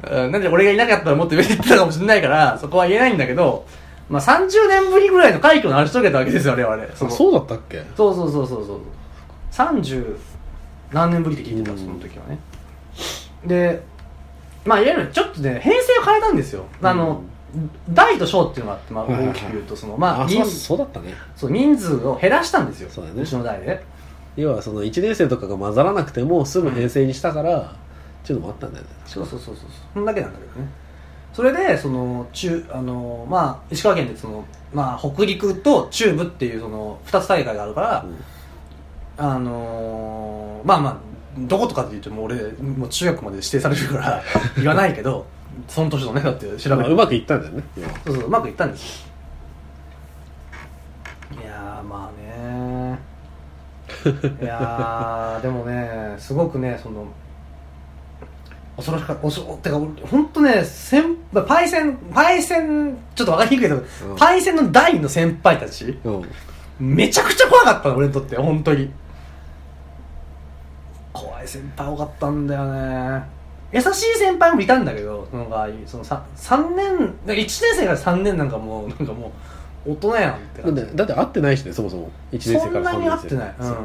うんなんで俺がいなかったらもっと上に行ってたかもしれないからそこは言えないんだけど、まあ、30年ぶりぐらいの快挙を成し遂げたわけですよ我々そ
あ
の
そうだったっけ
そうそうそうそうそう30何年ぶりって聞いてた
うん
その時はねでまあいわゆるちょっとね編成を変えたんですよあの、大と小っていうのがあって、まあ、
はいはいは
大
い
きく言うとその、
あ
まあ、
そう
人
だそうだったね
そう人数を減らしたんですよ
そうだね
ちの代で
要はその1年生とかが混ざらなくてもすぐ編成にしたから、っていうのもあったんだよね
そうそうそうそうそんだけなんだけどねそれでその中あのまあ石川県でそのまあ北陸と中部っていうその2つ大会があるから、あのーまあまあどことかっていうともう俺もう中学まで指定されるから言わないけど その年のねだって調べ
まあ
て
うまくいったんだよね要は
そうそううまくいったんですよいやーまあねいやーでもねすごくねその恐ろしかった恐ろてか本当ね先パイセンパイセンちょっと分かりにくいけど、
ん
パイセンの第二の先輩たち
うん
めちゃくちゃ怖かったの俺にとって本当に怖い先輩多かったんだよね優しい先輩もいたんだけどその場合その 3, 三年1年生から3年なんかもうなんかもう大人やんって
だっ
感じ
てだって会ってないしねそもそも1年生
そ
か
ん
ら
な
3
に合
年
っ
生
てない、う、
そうん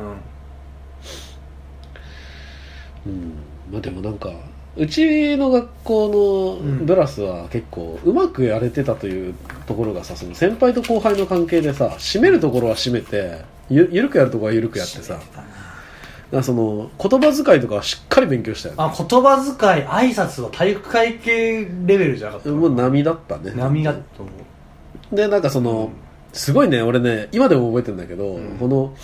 うんまあでもなんかうちの学校
う
の
ん
ブラスは結構うまくやれてたというところがさその先輩と後輩の関係でさ締めるところは締めてゆゆるくやるところはゆるくやってさだからその言葉遣いとかはしっかり勉強したよね
あ言葉遣い挨拶は体育会系レベルじゃなかった
もう波だったね
波だと思う
でなんかそのすごいね俺ね今でも覚えてるんだけど、
うん
この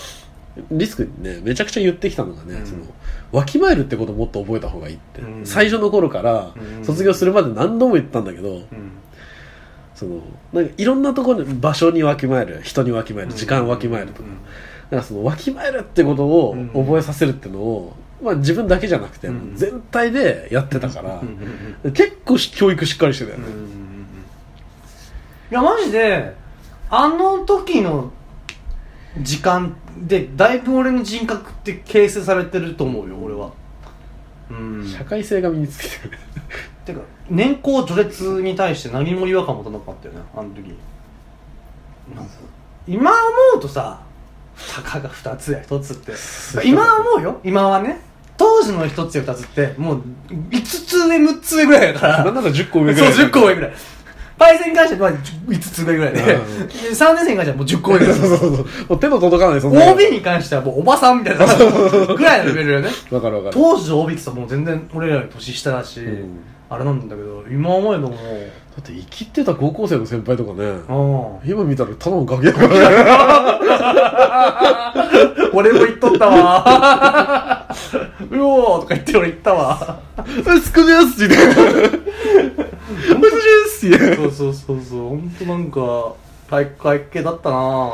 リスクにねめちゃくちゃ言ってきたのがね、
うん
そのわきまえるってことをもっと覚えた方がいいって、
うん
最初の頃から
うん
卒業するまで何度も言ったんだけど、
うん
そのなんかいろんなところに場所にわきまえる人にわきまえる時間わきまえるとか,、なんかそのわきまえるってことを
うん
覚えさせるってのを、まあ、自分だけじゃなくて、
うん
全体でやってたから
うん、うんうんうん
結構し教育しっかりしてたよね、
いやマジであの時の時間でだいぶ俺の人格って形成されてると思うよ俺はうん
社会性が身につけてる
てか年功序列に対して何も違和感持たなかったよねあの時なんか今思うとさたかが2つや1つって 今は思うよ今はね当時の1つや2つってもう5つ上6つ上ぐらいだから
なんなら10個上ぐ
そ
ら
う、
い
10個上ぐらい。パイセンに関してはまあ5つ上ぐらいで、で
うん
3年生に関してはもう10個上ぐらい
そうそうそうもう手の届かないそんな
OB に関してはもうおばさんみた いなぐらいのレベルよね。
わかるわかる
当時の OB ってさ、もう全然俺らより年下だし、
うん
あれなんだけど、今思えば
だって生きてた高校生の先輩とかね
もう、
今見たらただのガキ だからね
うん、俺も言っとったわ。うおーとか言って俺言ったわ。
うっすくじゃっす みたいなうっすくじゃっすみたいな
そうそうそうそう、ほんとなんか、体育会系だったなぁ。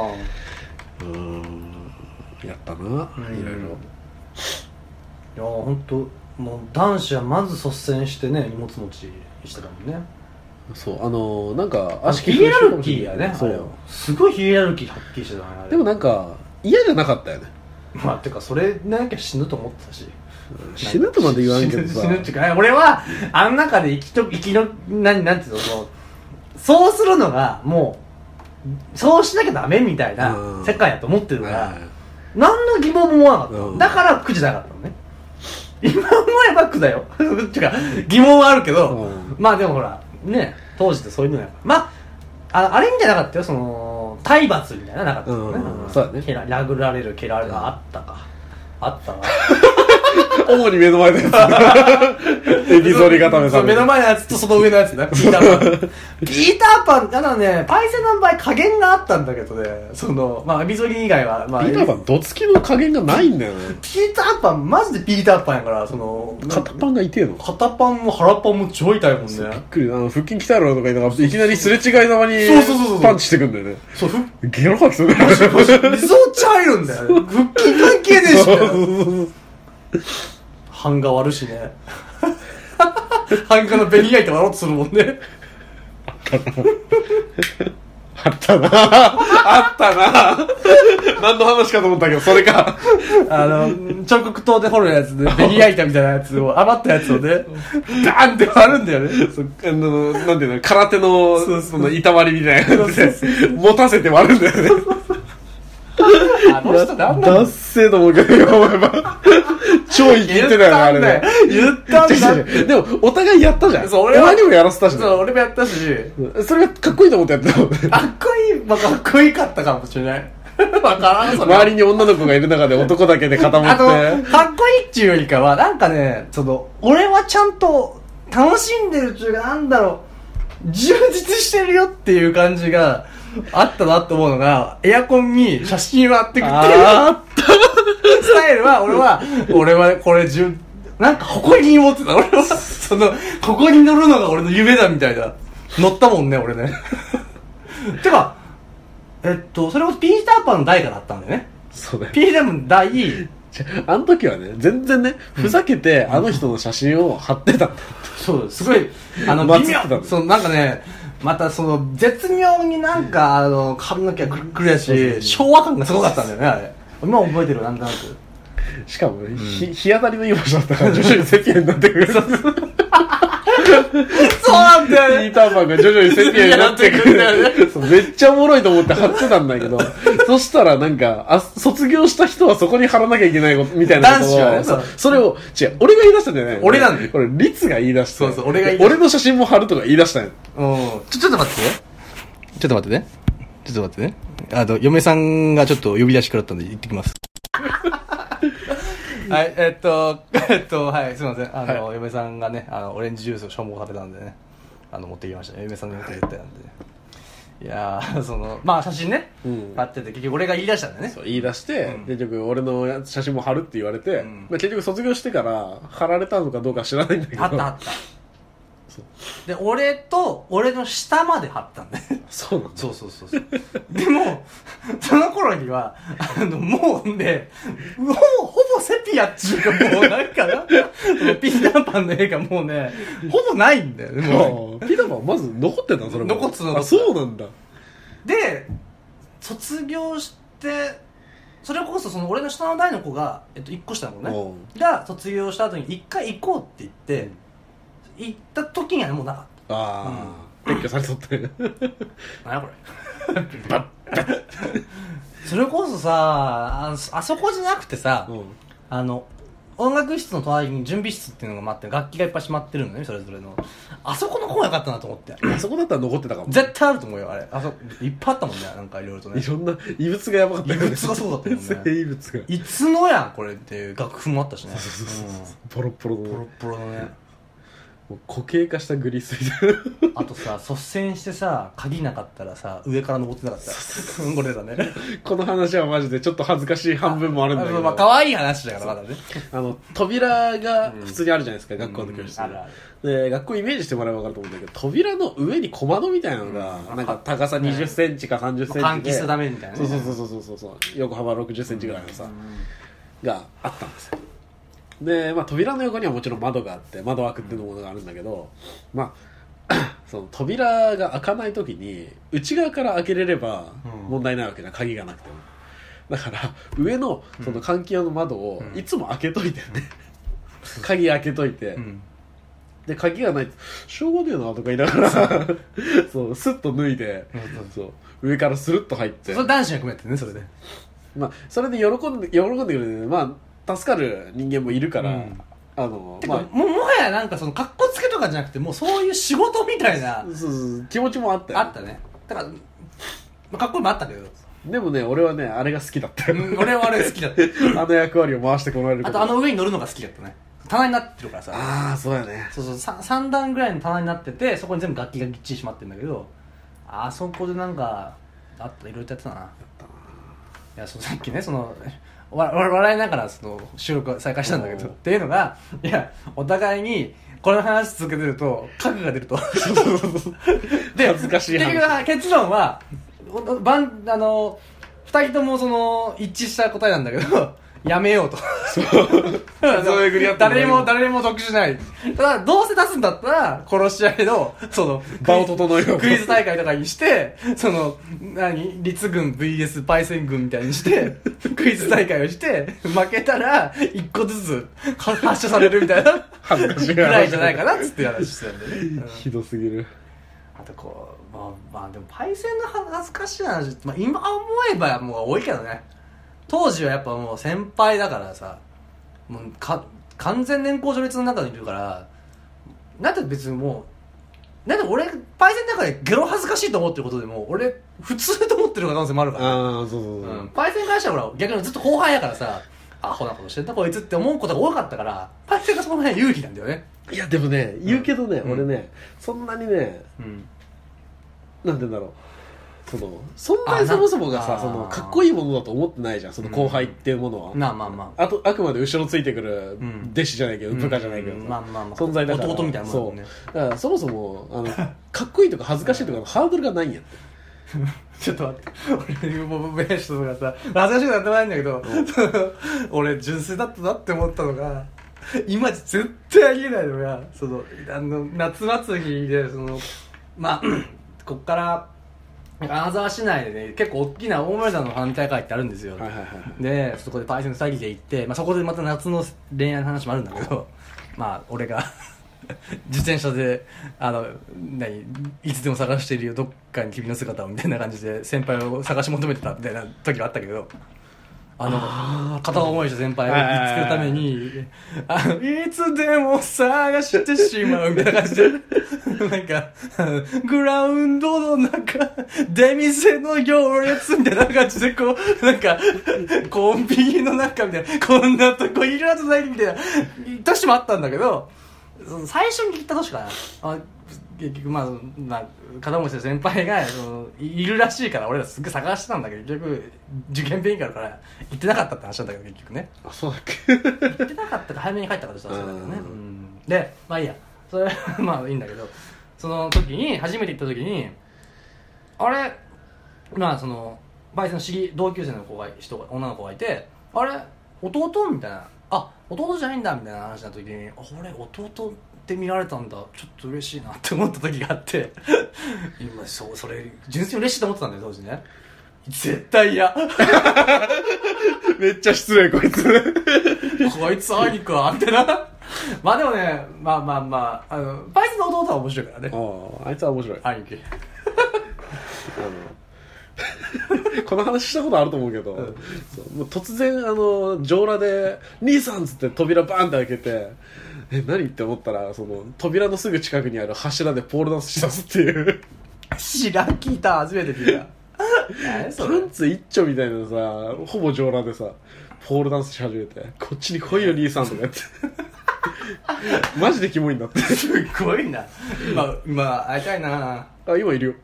うーんやったな
うん
いろいろ
いや本当もう男子はまず率先してね荷物持ちしてたもんね
そうあのーなんか悪しき
ヒエラルキー
風習かもしれ
や
ない
ね
そ
あれは
う
すごいヒエラルキーはっきりしてたねあれ
でもなんか嫌じゃなかったよね
まあてかそれなきゃ死ぬと思ってたし
死ぬとまで言わんけど
死
さ
ぬ 死ぬっていうか俺はあの中で生きと生きの何なんていうのこうそうするのがもうそうしなきゃダメみたいな
うん
世界やと思ってるか
はい
ら、
はい
何の疑問も思わなかった、
うん
だから苦じゃなかったのね今思えば苦だよ っていうか疑問はあるけど、
うん
まあでもほらね当時ってそういうのやからまあああれみたいなかったよその体罰みたいななかったよね、
うんそうだね
蹴ら殴られる蹴られるあったかあったわ
主に目の前のや つ。エビゾリ固めさ
そう目
れて
の前のやつとその上のやつ ね。ピーターパン。ピーターパン、あのね、パイセンの場合加減があったんだけどね、その、まあ、エビゾリ以外は、まあ、
ピーターパン、どつきの加減がないんだよね。
ピーターパン、マジでピーターパンやから、その、
片パンが痛えの。び
片パンも腹パンも超痛いもんね。
っくりだな、腹筋鍛えろとか言いながら、いきなりすれ違いざまに
そうそうそうそう
パンチしてくんだよね。
そう、ふ
ゲロ吐きするから。
っ、リゾーチ入るんだよね。腹筋関係ねえしみたいな。版が割るし ね。版画のベニヤ板割ろうとするもんね。
あったなあったな何の話かと思ったけど、それか。
あの、彫刻刀で掘るや つで、ベニヤ板みたいなやつを、余ったやつを ね、ダーンって割るんだよね。
そあの、なんていうの、空手の、
そうそう
その、板割りみたいなやつ
そうそ
で、持たせて割るんだよね。
あの人なんだ
ダッセーと思うけど、今思えば。超生きてたよね、あれね。
言ったん
違う
だ
違う 違うでも、お互いやったじゃん。
そう
お
俺は
前にもやらせたしね
そう、俺もやったし、
それがかっこいいと思ってやったの。
かっこいい、まあ、かっこいいかったかもしれない。 わからん、それ。
周りに女の子がいる中で男だけで固ま
あ
っ
と、
て。
かっこいいっていうよりかは、なんかね、その、俺はちゃんと楽しんでるっていうか、なんだろう、充実してるよっていう感じがあったなと思うのが、エアコンに写真を貼ってくっていう
あ
スタイルは、俺は、俺はこれ充、なんか誇りに思ってた、俺は。その、ここに乗るのが俺の夢だみたいな。乗ったもんね、俺ね。てか、えっと、それもピーターパンの代からだったんだよね。
ーそうだよ。
ピーターパンの代、
あの時はね、全然ね、ふざけて、あの人の写真を貼ってたの。
そうす ごいあの
祭
微
ってたの
妙そうなんかねまたその絶妙になんかあの髪の毛がくるくるやし昭和感がすごかったんだよねあれ今覚えてるなんとなく
しかも、ひ日当たりのいい場所だったから、徐々にセピアになって くる。
そうなんだ
ピーターパンが徐々にセピアになってく
セピアになって
る。そうめっちゃおもろいと思って貼ってたん だけど、そしたらなんか、あ、卒業した人はそこに貼らなきゃいけないことみたいなこと
男
を
子はね
そう
そう
それを、違う、俺が言い出したんじゃない
俺なんだよ
これ、リツが言い出した。
そうそう俺が言い出した
俺の写真も貼るとか言い出したんよ
うん
ちょ、ちょっと待って。ちょっと待ってね。ちょっと待ってね。あの、嫁さんがちょっと呼び出し食らったんで行ってき ます。
はいえっとえっとはいすいませんあの、嫁さんがねあのオレンジジュースを消耗されたんでねあの持ってきましたね嫁さんの予定だったんでいやー そのまあ写真ね、
うん
あってて結局俺が言い出したんだよね
そう言い出して、
ん
結局俺のや写真も貼るって言われて、
ん
まあ、結局卒業してから貼られたのかどうか知らないんだけど
貼った貼ったで俺と俺の下まで貼ったんだよ
そうなんだ
そうそうそうそうでもその頃にはあのもうねほぼほぼセピアっちゅうかもうなんかな そのピーターパンの絵がもうねほぼないんだよねも
ああピーターパンまず残ってたのそれも
残ってた残ってた
あそうなんだ
うで卒業してそれこそその俺の下の代の子が、えっと、1個下の子ね
うん
が卒業した後に一回行こうって言って行った時にはもうなかった
ああ、撤去されと って
何やこれそれこそさあそあそこじゃなくてさ、あの音楽室の隣に準備室っていうのが待って楽器がいっぱいしまってるのねそれぞれのあそこの方が良かったなと思って
あそこだったら残ってたかも
絶対あると思うよあれあそこいっぱいあったもんねなんかいろいろとね
いろんな異物がやばかった
異物がそうだったもんね
生異物が
いつのやんこれっていう楽譜もあったしね
そうそうそうそうポロポロの
うんポロッポロのね
もう固形化したグリスみたいな
あとさ率先してさ鍵なかったらさ上から登ってなかったうんこれだね
この話はマジでちょっと恥ずかしい半分もあるんだけ
あ
ど
まあ可愛い話だからまだね
あの扉が普通にあるじゃないですか、学校の教室
あるある
で学校イメージしてもらえば分かると思うんだけど扉の上に小窓みたいなのが、なんか高さ2 0ンチか3 0ンチで、
換気したためみたいな
そう
ね
そうそうそうそうそう横幅6 0ンチぐらいのさ、があったんですよで、まあ、扉の横にはもちろん窓があって窓枠っていうものがあるんだけど、まあ その扉が開かない時に内側から開けれれば問題ないわけじゃん鍵がなくてもだから上のその換気用の窓をいつも開けといてね、鍵開けといて、
ん
で鍵がないと「しょうがねえな」とか言いながらそうスッと脱いで、そう上からスルッと入って
それ男子役もやってるねそれで
まあ、それで喜んで喜んでくれるねまあ助かる人間もいるから、
うん
あの
てか、
まあ
ももはやなんかその格好つけとかじゃなくてもうそういう仕事みたいな
そうそうそう気持ちもあったよ
あったねだからまあかっこいいもあったけど
でもね、俺はね、あれが好きだったよ。
うん俺はあれ好きだった
あの役割を回してこられるこ
あとあの上に乗るのが好きだったね棚になってるからさ
ああ、そうやね。
そうそう 3, 段ぐらいの棚になっててそこに全部楽器がぎっちりしまってるんだけどあそこでなんかあったいろいろとやってたなないやそうさっきねそのわわ笑いながらその収録を再開したんだけど
おー
っていうのがいやお互いにこの話続けてると核が出るとで
恥ずかしい話
結局は結論はおばんあの2人ともその一致した答えなんだけど やめようと
そう巡り合ってもらえ
誰
る
も誰も得しないただどうせ出すんだったら殺し合いのその
場を整えよう
クイズ大会とかにしてその何律軍 VS パイセン軍みたいに してクイズ大会をして負けたら一個ずつは発射されるみ たいな
恥ずかしい 話
ぐらいじゃないかなっつって話してたんで、ねうん
ひどすぎる。
あとこうまあまあでもパイセンの恥ずかしい話、まあ、今思えばもう多いけどね当時はやっぱもう先輩だからさもうか完全年功序列の中にいるからなんで別にもうなんで俺パイセンの中でゲロ恥ずかしいと思ってることでも俺普通と思ってる可能性もあるから
ああ、そうそうそう。
うん、パイセンに関してはほら逆にずっと後輩やからさアホなことしてんなこいつって思うことが多かったからパイセンがその辺有利なんだよね
いや、でもね、言うけどね、
うん
俺ね、そんなにね、
うん
なんて言うんだろう。その、そん
あな
なにそもそもが
あ
さ、
ー
その、かっこいいものだと思ってないじゃん、その後輩っていうものは。
まあまあまあ
あと、あくまで後ろついてくる
うん
弟子じゃないけど、部下じゃないけど
う
さ
んまあまあまあ
存在だから。
弟みたいなもんだもんね
そう。だから、そもそも、 あの、かっこいいとか恥ずかしいとかのハードルがないんやって。
ちょっと待って、俺、ボブ・ベーシュとかさ、恥ずかしくなってもないんだけど、 俺、純粋だったなって思ったのが、今絶対ありえないのが、その、あの、夏祭りで、その、まあ、 こっから、金沢市内でね、結構大きな大村山の花火大会ってあるんですよ。
はいはいはいはい。
で、そこでパイセンの詐欺で行って、まあ、そこでまた夏の恋愛の話もあるんだけど、 まあ、俺が、 自転車で、あの、何、いつでも探しているよ、どっかに君の姿を、みたいな感じで、先輩を探し求めてた、みたいな時があったけど、あの、片思いした先輩を見つけるために、あのいつでも探してしまう、みたいな感じで、 なんか、グラウンドの中、出店の行列みたいな感じで、こう、なんか、コンビニの中みたいな、こんなとこいるはずないみたいな、年もあったんだけど、その最初に行った年かな。あ結局まあ、まあ、片思いしてる先輩がそのいいるらしいから俺らすっごい探してたんだけど結局受験勉強あるから行ってなかったって話なんだけど結局ね
あ、そうだっけ
行ってなかったか早めに帰ったからさそうだけどね、
うん
うんでまあいいやそれ まあいいんだけどその時に初めて行った時にあれまあそのバイセンの知り同級生の子が人が女の子がいてあれ弟みたいなあ弟じゃないんだみたいな話になった時にあ俺弟って見られたんだちょっと嬉しいなって思った時があって 今そうそれ純粋に嬉しいと思ってたんだよ当時ね絶対嫌
めっちゃ失礼、こ いつ。
こいつ兄くはってな。 まあでもね、まあまあまあ、あの、バイスの弟は面白いからね。
ああ、あいつは面白い。
兄貴。
あのこの話したことあると思うけど、そうもう突然あの上裸で「兄さん!」っつって扉バーンって開けて「え何?」って思ったらその扉のすぐ近くにある柱でポールダンスしだすっていう
知らん聞いた、初めて聞いた。何
パ
それ
ンツ一丁みたいなのさほぼ上裸でさポールダンスし始めて「こっちに来いよ兄さん」とか言ってマジでキモいんだって
すごいな。今、今、会いたいな。
あ今いるよ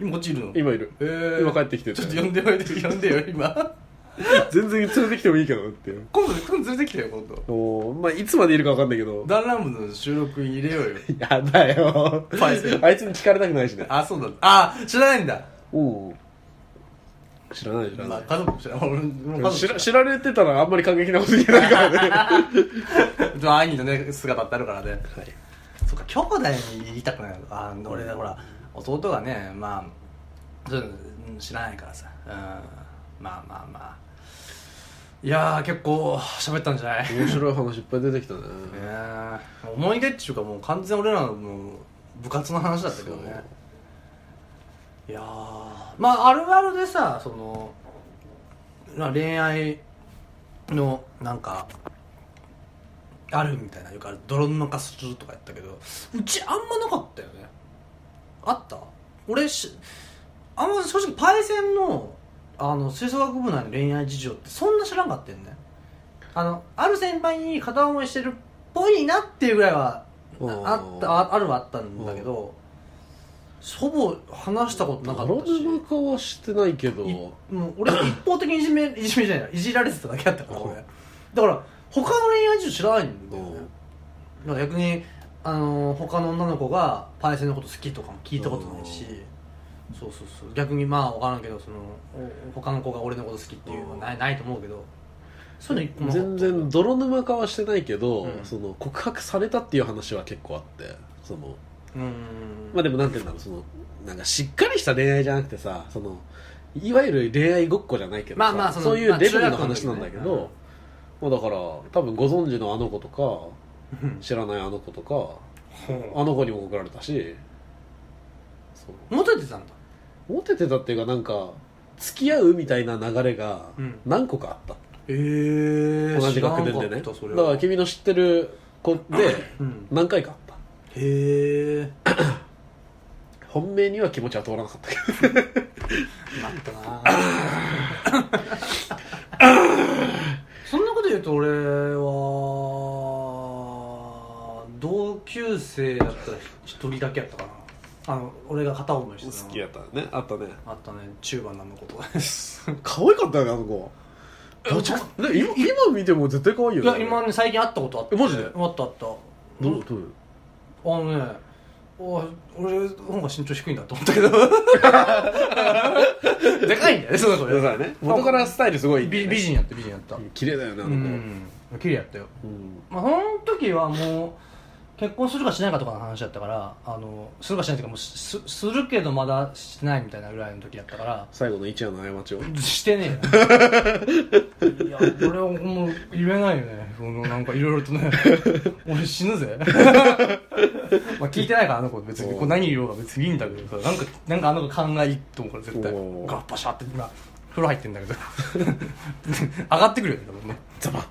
今、こっちいるの
今いる
えー、
今帰ってきてる
ちょっと呼んでよ、 呼んでよ、今。
全然連れてきてもいいけどっていう
今度、今度連れてきてよ、今度。
もうまあいつまでいるか分かんないけど
ダンランブの収録に入れようよ。
やだよ
パイセン
あいつに聞かれたくないしね
あ、そうだ。あ、知らないんだ。
おう知らない知ら
ま
な
あ、
い、
家族も知らない。俺も家族も
知
知ら
ら知られてたらあんまり過激なこと言えないからね
ない。まあ兄のね、姿ってあるからね。そっか兄弟に言いたくないのあ俺だほら弟がねまあそういうの知らないからさ、うん、まあまあまあいやー結構喋ったんじゃない、ね
面白い話いっぱい出てきたね
え思い出っていうかもう完全に俺らのもう部活の話だったけどねいやーまああるあるでさその、まあ、恋愛のなんかあるみたいなよくある泥沼化するとかやったけどうちあんまなかったよねあった俺しあんま正直パイセンのあの吹奏楽部内の恋愛事情ってそんな知らんかったよねあのある先輩に片思いしてるっぽいなっていうぐらいは
うん
あったああるはあったんだけどほぼ話したことなかったし
泥沼化はしてないけど
いもう 俺一方的にいじめいじめじゃないいじられてただけだったから俺だから他の恋愛事情知らないんだよねだから逆に、あのー他の女の子がパイセンのこと好きとかも聞いたことないしそうそうそう逆にまあ分からんけどそのお他の子が俺のこと好きっていうのはないないと思うけどそういうの一個も
全然泥沼化はしてないけど、
うん
その告白されたっていう話は結構あってその
うーん
まあでもなんて言うんだろうそのなんかしっかりした恋愛じゃなくてさそのいわゆる恋愛ごっこじゃないけどさ
まあまあその
そういうレベル
ま
の
あ中学の時
話
ね
なんだけど、まあ、だから多分ご存知のあの子とか知らないあの子とかあの子にも送られたしそう
モテてたんだ
モテてたっていうかなんか付き合うみたいな流れが
うん
何個かあった、
えー、
同じ学年でね
知らんかったそれ
だか
は
ら君の知ってる子で
うん、
何回かあった
へえ
本命には気持ちは通らなかったけど
なったなそんなこと言うと俺は同級生だったら一人だけやったかなあの俺が片思いしてたの
好きやったねあったね
あったね中盤なんのこと
可愛かったよねあの子めちゃくで今今見ても絶対可愛いよ
い
ね
や今ね最近会ったことあって
えマジで
あったあった
どうどう
あのねおい俺の方が身長低いんだと思ったけど でかいんだよねその 子
だか
ね
らね元からスタイルすごい
美美人やった美人やった
綺麗だよねあ
う
の子、
ん綺麗やったよ
うん
まあ、その時はもう結婚するかしないかとかの話だったからあのするかしないというかもうすするけどまだしてないみたいなぐらいの時だったから
最後の一夜の過ちを
してねえよいや俺はもう言えないよねそのなんかいろいろとね俺死ぬぜまあ聞いてないからあの子別にこう何言おうが別にいいんだけどさなんかなんかあの子勘がいいと思うから絶対
おー
ガッパシャって今風呂入ってんだけど 上がってくるよね多分ね
ザバッ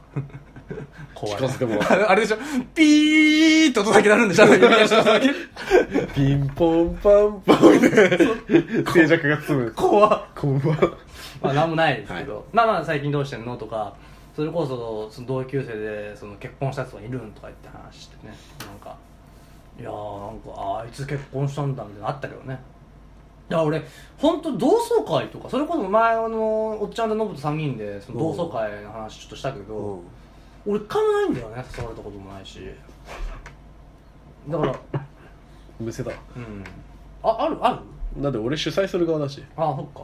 怖い
聞かせてもらう
あ れあれでしょピーって音だけ鳴るんでしょあの指の下だけ
ピンポンパンポンみたいな静寂が包む
怖っ
こんばんは
まあなんもないですけど、
はい
まあまあ最近どうしてんのとかそれこそその同級生でその結婚したやつがいるんとか言って話してねなんかいやーなんかあーあいつ結婚したんだみたいなのあったけどねいや俺本当同窓会とかそれこそ前あのおっちゃんとノブと3人でその同窓会の話ちょっとしたけど、俺一回もないんだよね誘われたこともないしだから
むせだ
うんああるある
だって俺主催する側だし
あそっか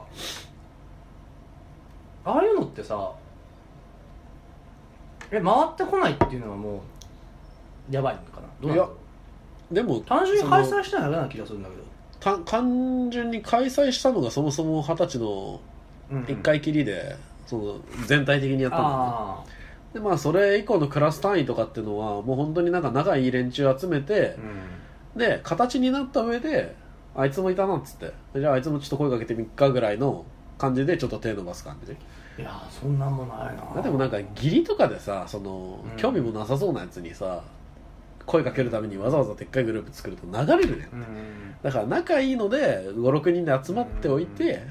ああいうのってさえ回ってこないっていうのはもうやばいのかなどうなの
いやでも
単純に開催
その
してないだけな気がするんだけど
た単純に開催したのがそもそも二十歳の
うん
一回きりで、その全体的にやったんだ、ね、
あ
でまあそれ以降のクラス単位とかっていうのはもう本当になんか仲いい連中集めて
あ、
で形になった上であいつもいたなっつってじゃああいつもちょっと声かけてみっかぐらいの感じでちょっと手伸ばす感じ
うんいやーそんなんもないな
あでもなんか義理とかでさその、
うん
興味もなさそうなやつにさ声かけるためにわざわざでっかいグループ作ると流れるね
うん
だから仲いいので56人で集まっておいて、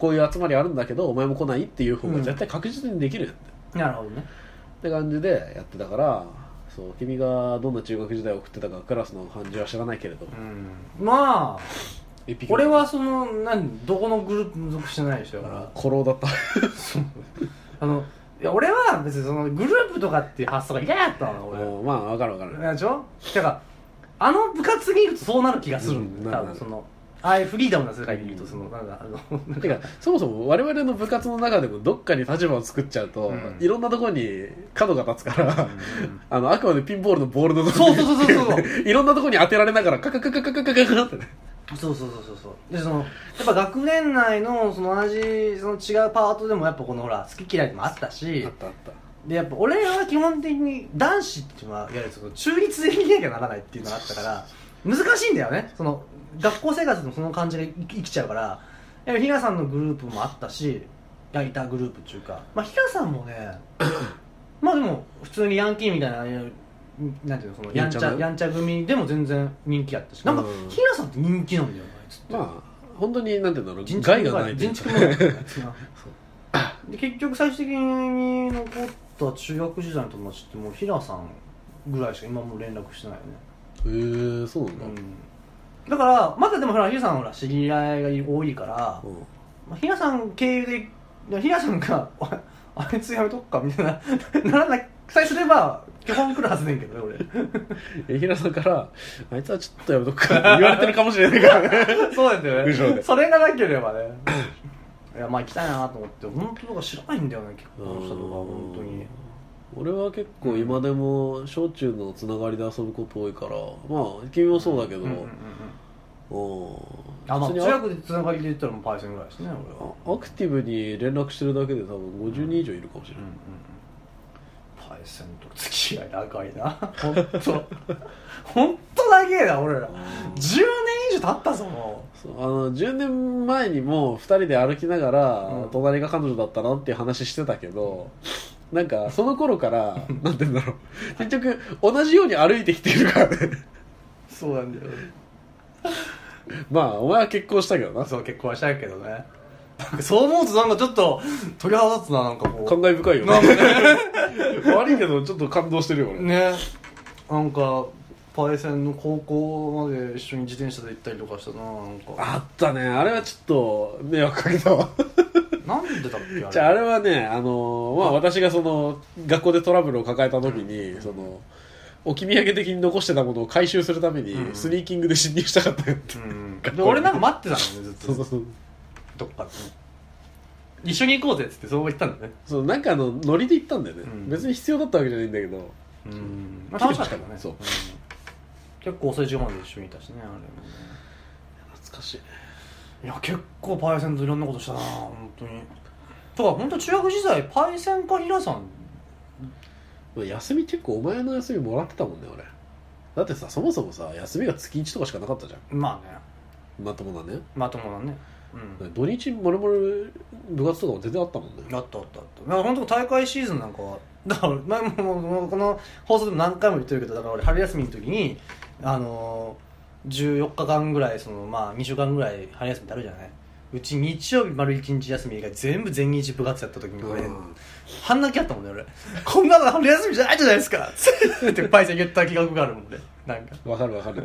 こういう集まりあるんだけどお前も来ないっていう方が絶対確実にできるやんって,、
なるほどね
って感じでやってたからそう君がどんな中学時代を送ってたかクラスの感じは知らないけれど、
うんまあ
エピ
俺はその何どこのグループに属してない人だから
古老だった
あのいや俺は別にそのグループとかっていう発想が嫌やったの俺
うんまあ分かる分かる
でしょだからあの部活にいるとそうなる気がするんだよ多
うん
分
なる
そのああいうフリーダムな世界にいるとそのなんかあのなん
て
か
かそもそも我々の部活の中でもどっかに立場を作っちゃうと、
うん
いろんなところに角が立つから、あのあくまでピンボールのボールのとこ
そ
ろ
うそうそうそうそう
いろんなところに当てられながらカカカカカカカカカってね
そうそうそうそうそうでそのやっぱ学年内のその同じその違うパートでもやっぱこのほら好き嫌いもあったし
あったあった
でやっぱ俺は基本的に男子っていうのはいわゆるその中立で見なきゃならないっていうのがあったから難しいんだよねその学校生活のその感じが生き生きちゃうからやっぱひなさんのグループもあったしがいたグループっていうかまあひなさんも ねまあでも普通にヤンキーみたいなああいうなんていうのそのやんち
やんちゃ
ゃ
な
やんちゃ組でも全然人気あったしなんか
うん
ひなさんって人気なんだよねあいつって
まあ本当になんていうんだろう
人
害
畜
がないとい
人畜
うか
無害だよね で結局最終的に残った中学時代の友達ってもう平さんぐらいしか今もう連絡してないよね
へえー、そうなんだ、
うんだからまだでもほらヒラさんはほら知り合いが多いから、
うん
まあ、ヒラさん経由ででヒラさんが おいあいつやめとくかみたいな ならなさえすれば基本来るはずねんけどね
え平さんから「あいつはちょっとやめとくか」言われてるかもしれないからね
俺そうなんだよ
無償で
ね それがなけれ ばねいやまあ行きたいなと思って本当とか知らないんだよね結婚したとか本当に
俺は結構今でも小中のつながりで遊ぶこと多いからまあ君もそうだけど、
うんうんうんうん
うん
あまあ中
普通にア
学
ク
でつながりで言ったらもうパイセンぐらいですね俺は
アクティブに連絡してるだけで多分50人以上いるかもしれ
う
なんい、
うんうんパイセンと付き合い長いな本当本当長えな俺ら10年以上経ったぞも
そうあの10年前にも2人で歩きながら、
うん
隣が彼女だったなっていう話してたけど、なんかその頃からなんて言うんだろう結局同じように歩いてきてるからね
うそうなんだよ
まあお前は結婚したけどな
そう結婚はしたけどねなんかそう思うとなんかちょっと鳥肌立つななんかこ
感慨深いよね悪いけどちょっと感動してるよ
う
俺、
ねなんかパイセンの高校まで一緒に自転車で行ったりとかしたななんか
あったねあれはちょっと迷惑かけた わ
なんでだっけあれ
じゃああれはね、あのーまあ、私がその学校でトラブルを抱えた時に、その置き土産的に残してたものを回収するために、
うん
スニーキングで侵入したかったよっ
う
て、
んで俺なんか待ってたのねず
そう
っ
そ
と
うそう
どっかで一緒に行こうぜっつってそう言ったんだね
そうなんかあのノリで行ったんだよね、
うん
別に必要だったわけじゃないんだけど
うん楽しかったけどね
そう
うん結構遅い時間まで一緒にいたしねあれもね
懐かしいね
いや結構パイセンといろんなことしたな本当にとか本当中学時代パイセンか平さん
まあ休み結構お前の休みもらってたもんね俺だってさそもそもさ休みが月1とかしかなかったじゃ
まあね
んまともなね
まともなねうん
土日もろもろ部活とかも全然あったもんね
あったあったあっただから本当大会シーズンなんかは だから前ももうもうこの放送でも何回も言ってるけどだから俺春休みの時にあのー、14日間ぐらいそのまあ2週間ぐらい春休みってあるじゃないうち日曜日丸1日休みが全部全日部活やった時に俺、
うん
半泣きやったもんね俺こんなの春休みじゃないじゃないですか ってパイセン言った記憶があるもんねなんか
わかるわかる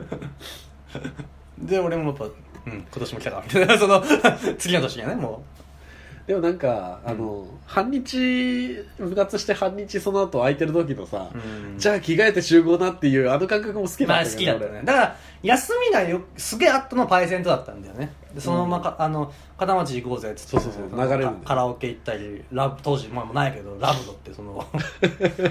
で俺もやっぱうん今年も来たかみたいなその 次の年にはねも
でもなんか、あの半日部活して半日その後空いてる時のさ、
う、うん
じゃあ着替えて集合なっていうあの感覚も好き
ま
だ
あ
った
好き
けど
だったねだから休みがよすげえあったのはパイセントだったんだよねでそのままか、あの片町行こうぜっつって
そうそうそう流れるんだよ
カカラオケ行ったりラブ当時まあもうないけどラブドってそ の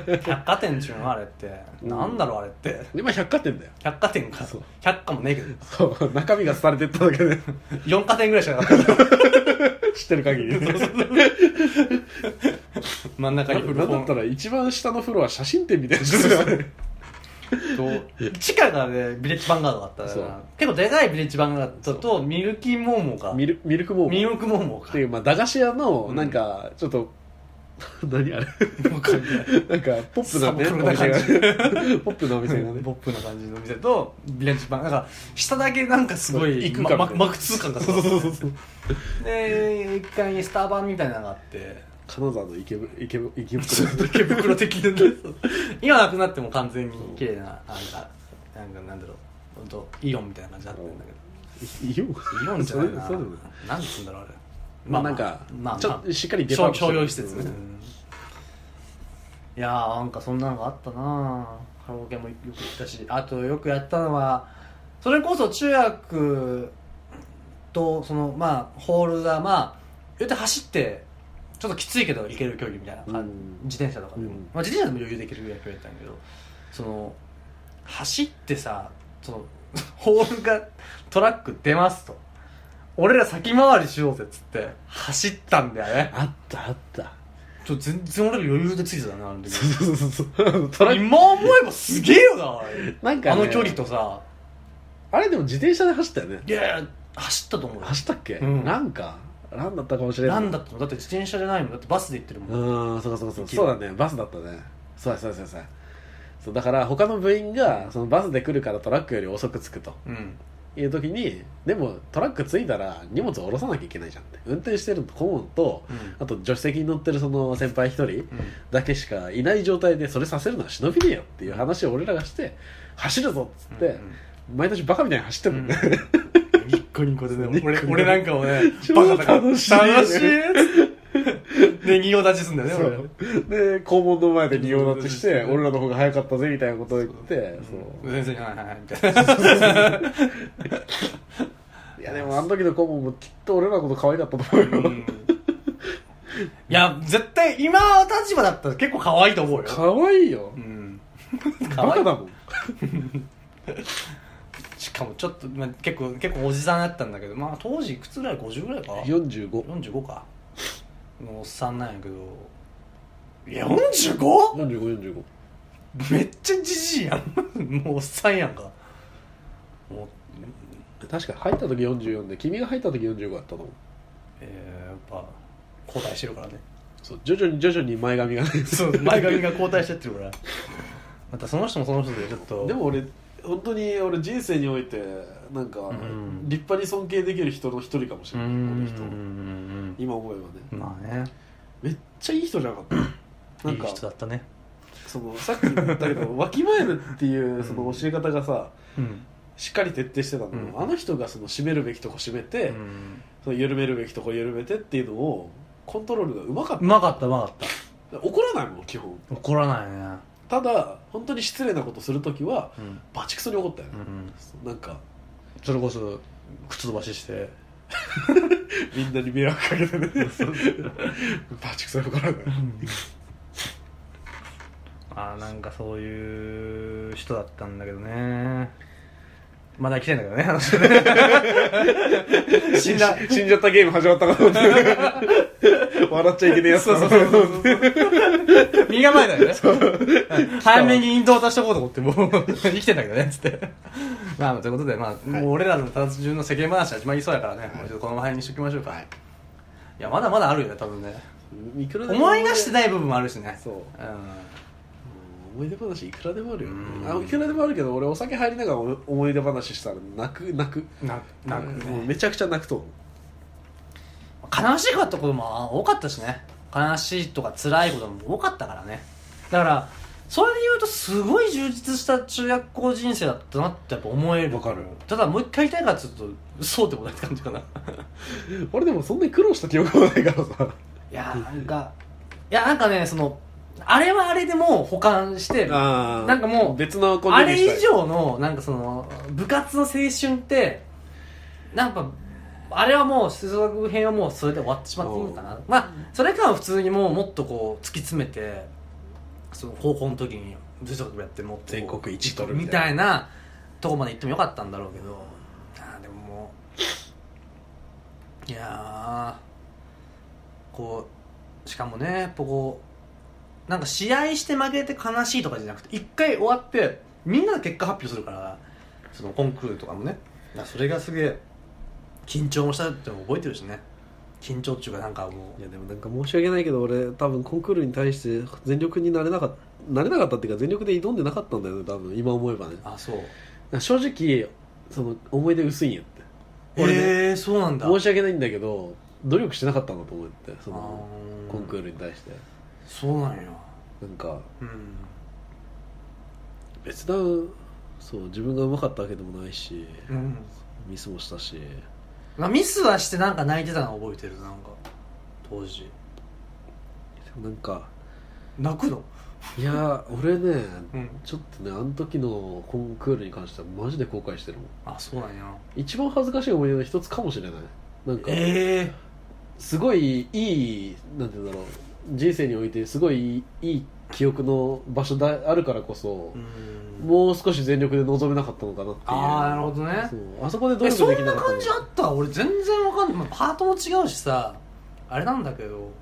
百貨店っちゅうのあれって、
うん
なんだろうあれって
俺今百貨店だよ
百貨店か
そう
百貨もねえけど
そう中身が廃れてっただけ で
四貨店ぐらいしかなかった
知ってる限り
真ん中 にフル
なんだった
本
ら一番下のフロア写真店みたいな人だよね
と地下がねビレッジヴァンガードがあった
そう
から結構でかいビレッジヴァンガードとミルキーモーモーか
ミ
ミル
ルミルクボーンっ
クモーモーか
ていう、まあ、駄菓子屋の
うん
なんかちょっと、 何あれ
わかんない
なんかポップなね
サブカ
お
ルな
店
感
が
じ
ポップなお店がね
ポップな感じの店とビレッジ版なんか下だけなんかすごい
行く感
ま
ね
ま幕通感がすごい
そうそうそうそう
で一階にスターバンみたいなのがあ って
金沢の池ぶ池ぶ池袋
池袋的なね今なくなっても完全に綺麗ななんかなんかなんだろう本当イオンみたいな感じになってるんだけ
いいよ
どイオンじゃないな
そうだよね
なんつうんだろうあれ
まあなんか、
まあまあ
ちょっとしっかりデパー
商
トして
商
る
業施設ね、いやーなんかそんなのがあったなあカラオケもよく行ったしあとよくやったのはそれこそ中学とそのまあホールがまあ言って走ってちょっときついけど行ける距離みたいな感じ、
うん
自転車とかでも、
うん
まあ、自転車でも余裕できるぐらいの距離だったんだけどその走ってさその ホールがトラック出ますと俺ら先回りしようぜっつって走ったんだよね
あったあった
ちょ全然俺ら余裕でついてたなあの時
そうそうそうトラック
今思えばすげえよなあれ
なんか、ね、
あの距離とさ
あれでも自転車で走ったよね
いやいや走ったと思うよ
走ったっけ、
うん
なんかなんだったかもしれな
ないんだってだって自転車じゃないもんだってバスで行ってるもん、
うーんそうかそうかそうか
行ける
そうだねバスだったねそうだそうだそうだそうだそうだから他の部員がそのバスで来るからトラックより遅く着くと
うん
いう時にでもトラック着いたら荷物を下ろさなきゃいけないじゃんって運転してる顧問と、あと助手席に乗ってるその先輩一人だけしかいない状態でそれさせるのは忍びねえよっていう話を俺らがして走るぞっつって、毎年バカみたいに走ってるんだよね、
ニッコニコでね、俺、
ニッコニコ
俺なんかもね、
超
バカだから
楽しい
楽しいっつってで、仁王立ちすん だよね、俺。
そうで校門の前で仁王立ちして俺らの方が早かったぜみたいなことを言ってそう
先生にはいはいはいみたいない
やでもあの時の顧問もきっと俺らのこと可愛かったと思うよ、
いや絶対今の立場だったら結構可愛いと思うよ
可愛いよ
うん
バカだもん
しかもちょっと、まあ、結構結構おじさんだったんだけどまあ当時いくつぐらい50ぐらいか
4545
45かのおっさんなんやけどいや 45?
45
めっちゃじじいやん もうおっさんやんかもう
確か入った時44で君が入った時45だったと思う
えー、やっぱ交代してる からね
そう徐々に徐々に前髪がね
そう前髪が交代してってるからまたその人もその人でちょっと
でも俺本当に俺人生においてなんか
ん
立派に尊敬できる人の一人かもし
う
れ
ん
な
う
い
ん
この人
うん
今思えばね
うんまあね
めっちゃいい人じゃなかった
い
なん
い
か
人だったね
そのさっきも言ったけ どわきまえるっていうその教え方がさ
うん
しっかり徹底してたの、
うん
あの人がその締めるべきとこ締めて、
うん
その緩めるべきとこ緩めてっていうのをコントロールがうまかっ
うまかったうまかった
た怒らないもん基本
た怒らないね
ただ本当に失礼なことするときは
うん、
バチクソに怒ったよ
う
ね、
ん、
そうなんか
それこそ靴飛ばしして
みんなに迷惑かけてねバチクソに怒らない
あーなんかそういう人だったんだけどねまだ来てんだけどね話はね
死んだ死んじゃったゲーム始まったかと思って笑っちゃいけねえやつだな
身構えだ よね早めに引導渡しとこうと思ってもう生きてんだけどねっつってまあということで、まあもう俺らの単純の世間話始まりそうやからね、もうちょっとこの辺にしときましょうか、い、やまだまだあるよね多分ね
いくらでも
思い出してない部分もあるしね
そう
う
思い出話いくらでもあるよ、
うん
あいくらでもあるけど俺お酒入りながらお思い出話したら泣く泣く
んななんか
もう
ね
めちゃくちゃ泣くと思う
悲しかったことも多かったしね悲しいとか辛いことも多かったからねだからそれで言うとすごい充実した中学校人生だったなってやっぱ思える
わかる
ただもう一回言いたいかちょっとそうでもないって感じかない
俺でもそんなに苦労した記憶はないからさ
やーなんかいやなんかねそのあれはあれでもう保管して
あ
なんかもう
別のコン
あ
テンツ
れ
にしたい
以上のなんかその部活の青春ってなんかあれはもう出続編はもうそれで終わってしまっていいのかなまあそれかは普通にもうもっとこう突き詰めてその高校の時に部族やってもっと
全国一位取るみ
み
た
た
い
いなとこまで行ってもよかったんだろうけどあーでももういやーこうしかもねやっぱこうなんか試合して負けて悲しいとかじゃなくて一回終わってみんなで結果発表するからそのコンクールとかもねだからそれがすげえ緊張もしたってのも覚えてるしね緊張っていうかなんかも
いやでもなんか申し訳ないけど俺多分コンクールに対して全力になれなかったなれなかったっていうか全力で挑んでなかったんだよね多分今思えばね
うあそう
正直その思い出薄いんやって俺ね
へえそうなんだ
申し訳ないんだけど努力してなかったんだと思ってその
あー
コンクールに対して
そうなんや
なんか
うん
別段そう自分がうまかったわけでもないし
うん
ミスもしたし
まあ、ミスはしてなんか泣いてたの覚えてるなんか当時
なんか
泣くの
いやー俺ね
うん
ちょっとねあの時のコンクールに関してはマジで後悔してるもん
あそうなんや
一番恥ずかしい思い出の一つかもしれないなんか
ええ
すごいいいなんて言うんだろう人生においてすごいいい記憶の場所だあるからこそ、
うん
もう少し全力で臨めなかったのかなっていう
ああなるほどね
そうあそこで努
え
力
そ
でき
ん
な
な
かったの
感じあった俺全然わかんない、まあ、パートも違うしさあれなんだけど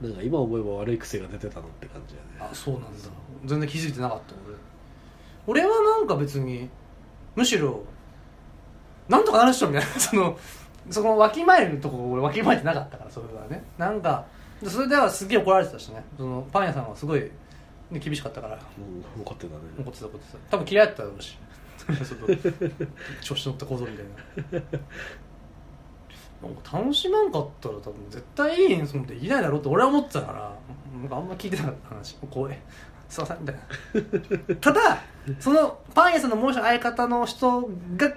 なんか今思えば悪い癖が出てたのって感じだよね
あそうなんだ全然気づいてなかった俺俺はなんか別にむしろなんとかなるっしょみたいな そのそのわきまえるとこ俺わきまえてなかったからそれはねなんかそれではすげえ怒られてたしねそのパン屋さんはすごい、ね、厳しかったから
うん怒ってたね
怒ってた怒ってた多分嫌いだっただろうしちょっと調子乗った小僧みたいななんか楽しまんかったら多分絶対いい演奏できないだろうって俺は思ってたからなんかあんま聞いてなかった話怖いすいませんみたい なただそのパン屋さんのもう一人相方の人が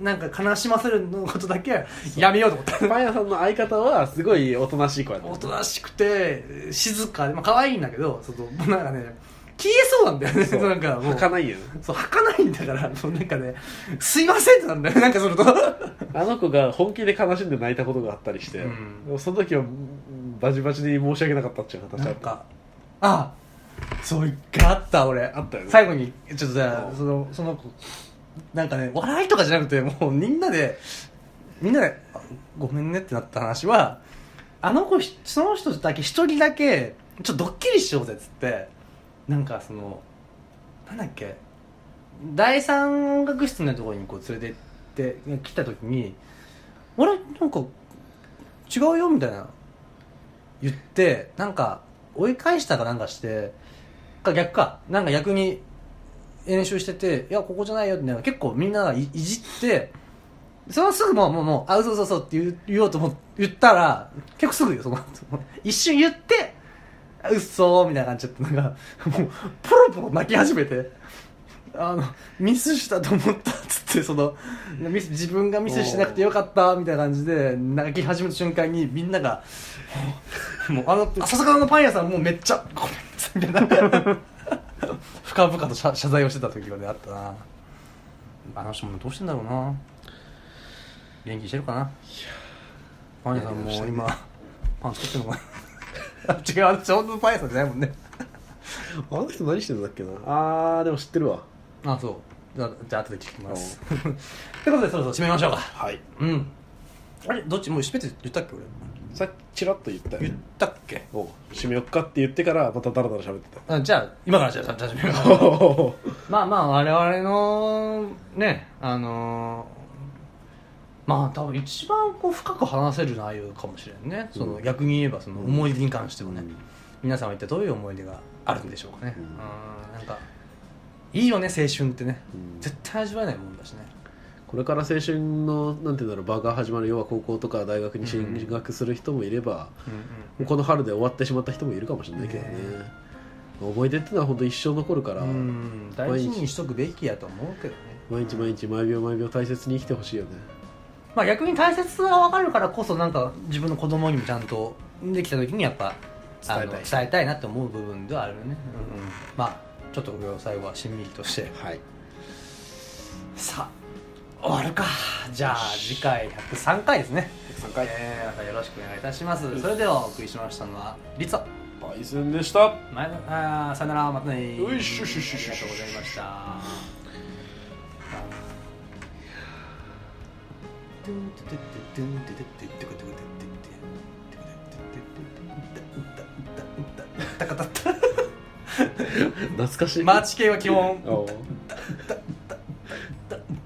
なんか悲しませるのことだけはやめようと思った
パン屋さんの相方はすごいおとなしい子やった
おとなしくて静かで、まあ可愛いんだけどそのなんかね消えそうなんだよね
そう
なんかもう
儚いよね
そう履かないんだからもうなんかね「すいません」ってなんだよなんかそのと
あの子が本気で悲しんで泣いたことがあったりして、
うん
でもその時はバチバチに申し訳なかったっていう形
な
だ
ん
った
かあそう一回あった俺
あったよね
最後にちょっとじゃ
う
あ
ん
そのその子なんかね笑いとかじゃなくてもうみんなでみんなであ「ごめんね」ってなった話はあの子ひその人だけ一人だけちょっとドッキリしようぜっつってなんかそのなんだっけ第三音楽室のところにこう連れて行って来た時に「あれなんか違うよ」みたいな言ってなんか追い返したかなんかしてか逆かなんか逆に練習してて「いやここじゃないよ」ってなんか結構みんながいいじってそのすぐもうもうもう「あうそうそうそう」って言う言おうと思っ言ったら結構すぐよその一瞬言って「あうっそー」みたいな感じだったのがもうポロポロ泣き始めて。あのミスしたと思ったっつってそのミス自分がミスしてなくてよかったみたいな感じで泣き始めた瞬間にみんながもうあの笹川のパン屋さんもうめっちゃ ごめんなさいみたいな深々と謝謝罪をしてた時はねあったなあの人もどうしてんだろうな元気してるかなパン屋さんも今パン作ってるのかなあ違うあの人本当のパン屋さんじゃないもんね
あの人何してんだっけなあーでも知ってるわ
あそうじゃあじゃあ後で聞きます ってことでそろそろ締めましょうか
はい
うんあれどっちもう締めて言ったっけ俺
さっきチラッと言ったよ
言
ね
ったっけ
おう締めよっかって言ってからまたダラダラ喋 って
あじゃあ今からじゃあ始めよう
たお
まあまあ我々のねあのーまあ多分一番こう深く話せる内容かもしれんねその
うん
逆に言えばその思い出に関してもね、
うん
皆さんは一体どういう思い出があるんでしょうかね、う
うんん、
なんかいいよね青春ってね、
うん
絶対味わえないもんだしね
これから青春のなんていうんだろう場が始まる要は高校とか大学に進学する人もいれば、
うん
もうこの春で終わってしまった人もいるかもしれないけどね
ね
思い出ってのは本当一生残るから、
うん大事にしとくべきやと思うけどね
毎日毎日毎秒毎秒大切に生きてほしいよね
まあ逆に大切が分かるからこそなんか自分の子供にもちゃんとできた時にやっぱあの
伝えた
伝
い
えたいなって思う部分ではあるよね、うんうんまあちょっとこれを最後はしんみりとして
はい
さあ終わるかじゃあ次回103回ですね
103
えーまたよろしくお願いいたしますそれではお送りしましたのはリツァ
パイセンでした
前のあーさよならまたね
よいしょしょしょし
ありが
ょし
と
ょ
うございましたあ
懐かし
ー
い
マーチ系は基本
おう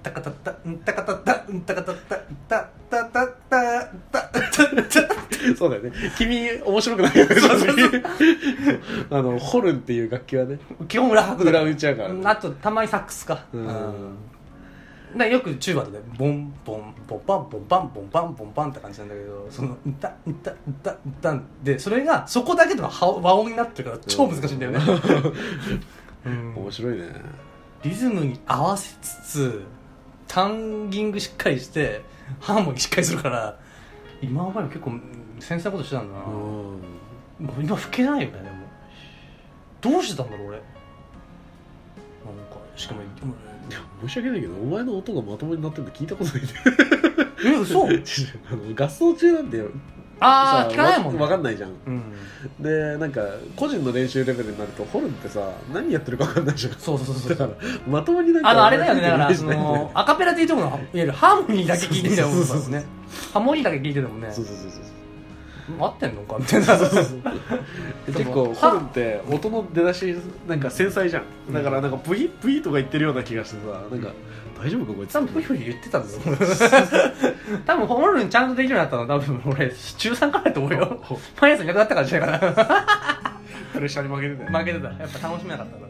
タカタッタンタカタッタンタカタッタンタタタタタタタタ
そうだよね君面白くないよね
そうそうそう
あのホルンっていう楽器はね
基本裏拍だ
裏打ちやから
うんあとたまにサックスか
うん
だからよくチューバとねボンボンボンバンボンバンボンバンボンバンって感じなんだけどその「んたんたんたんたん」でそれがそこだけの和和音になってるから超難しいんだよね、うん
面白いね
リズムに合わせつつタンギングしっかりしてハーモニーしっかりするから今まで結構うん繊細なことしてたんだな、
うん
もう今老けないよねでもどうしてたんだろう俺なんかしかもうん
いや申し訳ないけどお前の音がまともになってるの聞いたことないね
え 嘘
あの合奏中なんだよ
ああ
さ
聞かないもんね
わわかんないじゃん
うん
でなんか個人の練習レベルになるとホルンってさ何やってるか分かんないじゃん
そうそうそうそ
だか
う
らまともになんか
あのあれだよねだからあ
できないんだよね
のアカペラっていうところのいわゆるハーモニーだけ聞いてんだよ
そうそうそう
僕らもねハーモニーだけ聞いてるもんね
そうそうそうそう
合ってんのかみたいな
で結構ホルンって音の出だしなんか繊細じゃんだからなんかブイブイとか言ってるような気がしてさなんか大丈夫かこいつ
多分 プリプリ言ってたんですよ多分ホルンちゃんとできるようになったの多分俺中3からやと思う よ毎朝いなくなったからじゃないか
プレッシャーに負けてたよ
な負けてたやっぱ楽しめなかったから